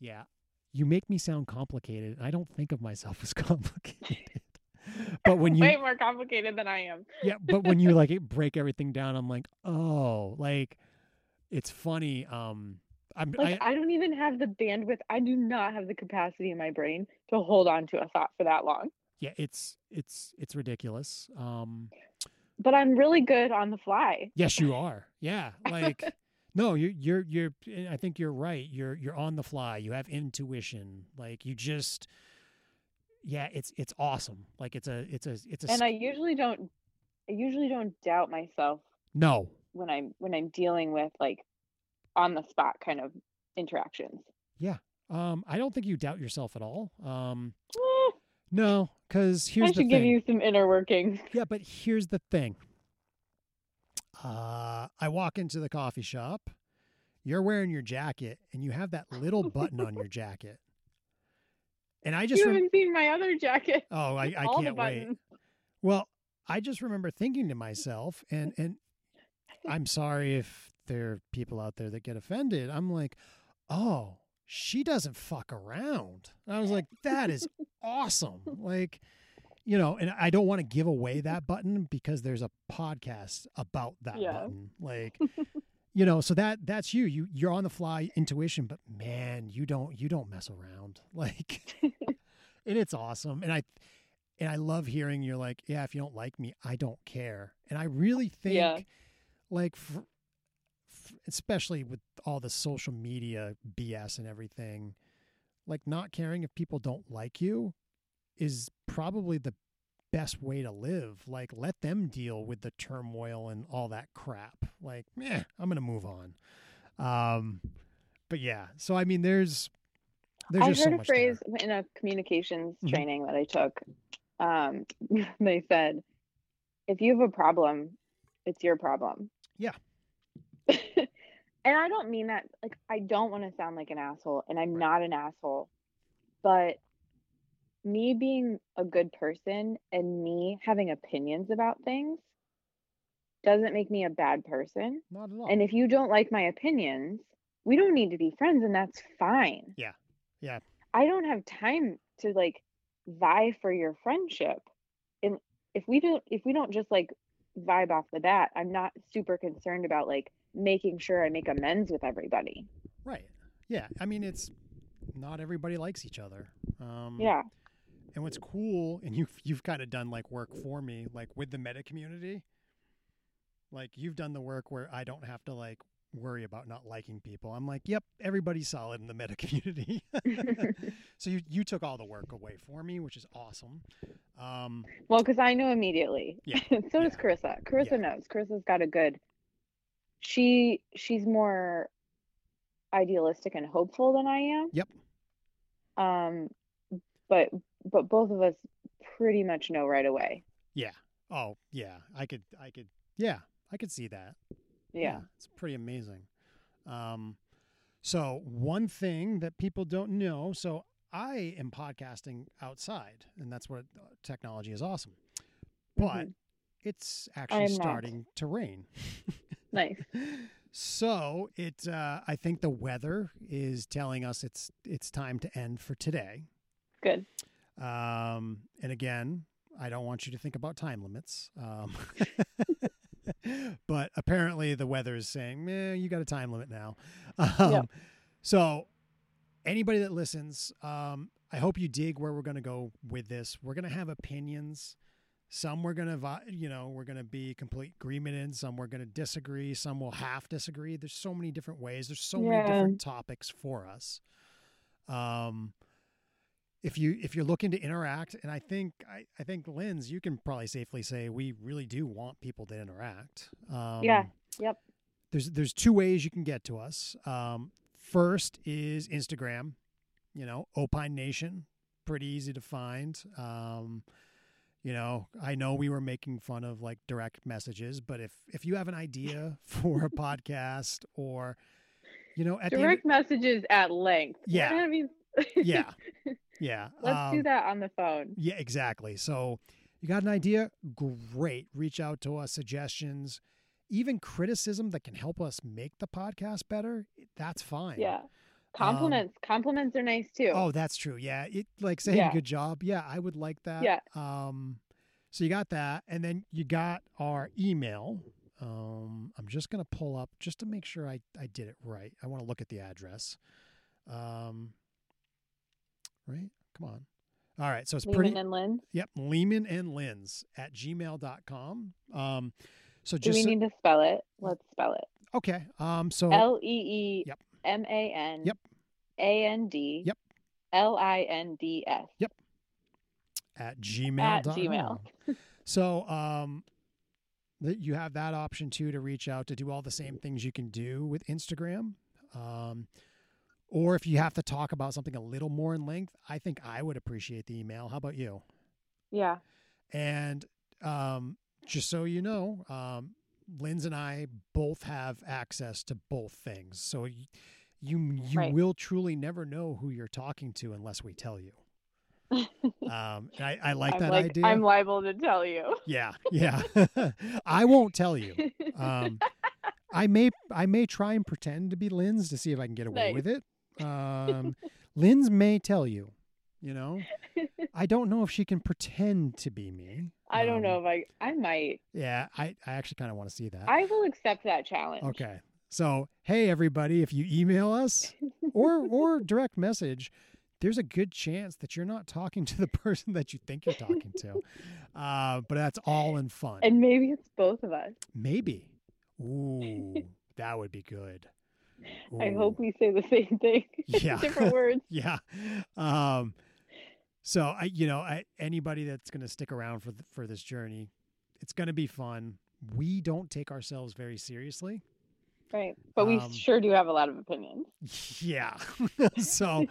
yeah, you make me sound complicated. I don't think of myself as complicated, but when you way more complicated than i am yeah but when you like it break everything down i'm like oh like it's funny um i'm like I, I, don't even have the bandwidth i do not have the capacity in my brain to hold on to a thought for that long yeah it's it's it's ridiculous um but i'm really good on the fly yes you are yeah like no you're you're you're and i think you're right you're you're on the fly you have intuition like you just yeah it's it's awesome like it's a it's a it's a and sk- i usually don't i usually don't doubt myself no when I'm when I'm dealing with like on the spot kind of interactions. um i don't think you doubt yourself at all um Eh, no because here's I the should thing give you some inner workings. Yeah, but here's the thing. Uh, I walk into the coffee shop. You're wearing your jacket, and you have that little button on your jacket. And I just you rem- haven't seen my other jacket. oh, I, I All the can't wait. buttons. Well, I just remember thinking to myself, and and I'm sorry if there are people out there that get offended. I'm like, oh, she doesn't fuck around. And I was like, that is awesome. Like, you know, and I don't want to give away that button because there's a podcast about that Yeah. button. Like, you know, so that that's you. You you're on the fly intuition, but man, you don't you don't mess around. Like and it's awesome. And I and I love hearing you're like, yeah, if you don't like me, I don't care. And I really think, Yeah. like, f f- especially with all the social media BS and everything, like not caring if people don't like you is probably the best way to live. Like, let them deal with the turmoil and all that crap. Like, meh, I'm gonna move on. Um, but yeah, so I mean, there's there's I just so heard a much there. phrase in a communications Mhm. training that I took. Um, they said, "If you have a problem, it's your problem." Yeah. and I don't mean that. Like, I don't want to sound like an asshole, and I'm Right. not an asshole. But me being a good person and me having opinions about things doesn't make me a bad person. Not at all. And if you don't like my opinions, we don't need to be friends, and that's fine. Yeah. Yeah. I don't have time to like vie for your friendship. And if we don't, if we don't just like vibe off the bat, I'm not super concerned about like making sure I make amends with everybody. Right. Yeah. I mean, it's not everybody likes each other. Um, Yeah. And what's cool, and you've you've kind of done like work for me, like with the meta community. Like you've done the work where I don't have to like worry about not liking people. I'm like, yep, everybody's solid in the meta community. so you you took all the work away for me, which is awesome. Um, Well, because I know immediately. Yeah. so does Yeah. Carissa. Carissa Yeah. knows. Carissa's got a good. She she's more idealistic and hopeful than I am. Yep. Um, but but both of us pretty much know right away. Yeah. Oh, yeah. I could I could yeah, I could see that. Yeah. It's pretty amazing. Um so one thing that people don't know, so I am podcasting outside and that's what technology is awesome. But Mhm. it's I actually am not. starting to rain. Nice. So it, uh, I think the weather is telling us it's it's time to end for today. Good. Um, and again, I don't want you to think about time limits. Um, but apparently, the weather is saying, "Man, you got a time limit now." Um, Yep. So, anybody that listens, um, I hope you dig where we're going to go with this. We're going to have opinions. Some we're going to, you know, we're going to be complete agreement in. Some we're going to disagree. Some will half disagree. There's so many different ways. There's so many Yeah. different topics for us. Um, if you if you're looking to interact, and I think I, I think Linz, you can probably safely say we really do want people to interact. Um, Yeah. Yep. There's there's two ways you can get to us. Um, first is Instagram, you know, Opine Nation, pretty easy to find. Um, you know, I know we were making fun of like direct messages, but if if you have an idea for a podcast or you know, at the end- Direct messages at length. Yeah. I mean, yeah, yeah, Let's do um, that on the phone. Yeah, exactly. So you got an idea? Great. Reach out to us, suggestions, even criticism that can help us make the podcast better. That's fine. Yeah. Compliments. Compliments are nice too. Um, Oh, that's true. Yeah. It like saying Yeah. good job. Yeah, I would like that. Yeah. Um so you got that and then you got our email. Um I'm just going to pull up just to make sure I I did it right. I want to look at the address. Um right? Come on. All right, so it's Lehman pretty and Lynn. Yep, Lehman and Lens at gmail.com. Um, so Do just we so- need to spell it? Let's spell it. okay. Um, so L E E Yep. M A N. Yep. A N D. Yep. L I N D S. Yep. at gmail. At Gmail. So um, that you have that option too to reach out to do all the same things you can do with Instagram. Um, or if you have to talk about something a little more in length, I think I would appreciate the email. How about you? Yeah. And um, just so you know, um, Linz and I both have access to both things. So y- you you Right. will truly never know who you're talking to unless we tell you. Um, and I, I like I'm that like, idea. I'm liable to tell you. yeah, yeah. I won't tell you. Um, I may I may try and pretend to be Lynn's to see if I can get away Nice. with it. Um, Lynn's may tell you. You know, I don't know if she can pretend to be me. I don't Um, know if I I might. yeah, I, I actually kind of want to see that. I will accept that challenge. okay. So, hey everybody, if you email us or or direct message, there's a good chance that you're not talking to the person that you think you're talking to. Uh, but that's all in fun. And maybe it's both of us. Maybe. Ooh, that would be good. I hope Ooh, we say the same thing. Yeah. Different words. Yeah. Um so I you know, I, anybody that's going to stick around for th- for this journey, it's going to be fun. We don't take ourselves very seriously. Right. But we Um, sure do have a lot of opinions. Yeah. so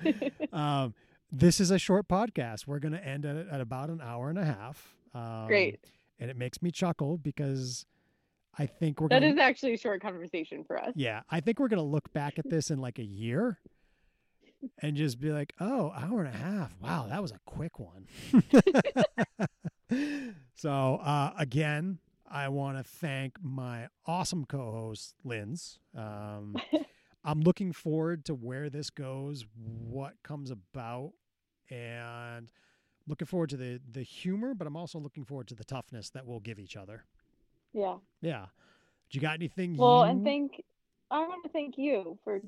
um, this is a short podcast. We're going to end at, at about an hour and a half. Um, Great. And it makes me chuckle because I think we're That gonna, is actually a short conversation for us. yeah, I think we're going to look back at this in like a year and just be like, oh, hour and a half. Wow, that was a quick one. so, uh, again, I want to thank my awesome co host, Linz. Um, I'm looking forward to where this goes, what comes about, and looking forward to the, the humor, but I'm also looking forward to the toughness that we'll give each other. Yeah. Yeah. Do you got anything? Well, you... and thank I want to thank you for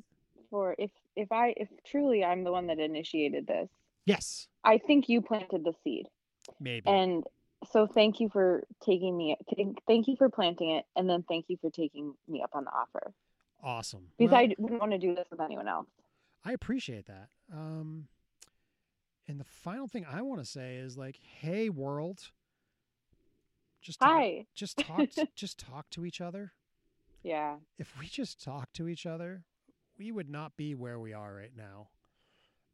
for if if I if truly I'm the one that initiated this. Yes, I think you planted the seed. maybe. And so thank you for taking me thank, thank you for planting it and then thank you for taking me up on the offer Awesome. because Well, I wouldn't want to do this with anyone else. I appreciate that. Um, and the final thing I want to say is like, hey world, just talk, Hi. just talk, to- just talk to each other. Yeah. If we just talk to each other, we would not be where we are right now.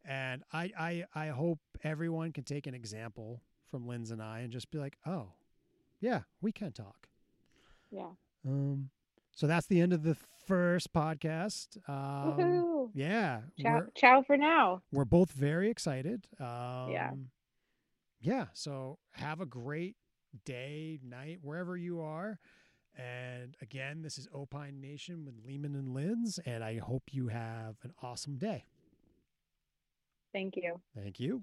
And I, I, I hope everyone can take an example from Linz and I and just be like, oh, yeah, we can talk. Yeah. Um, so that's the end of the first podcast. Um, Woohoo! yeah. Ciao, we're- ciao for now. we're both very excited. Um, Yeah. So have a great day, night, wherever you are. And again, this is Opine Nation with Lehman and Linz, and I hope you have an awesome day. Thank you. Thank you.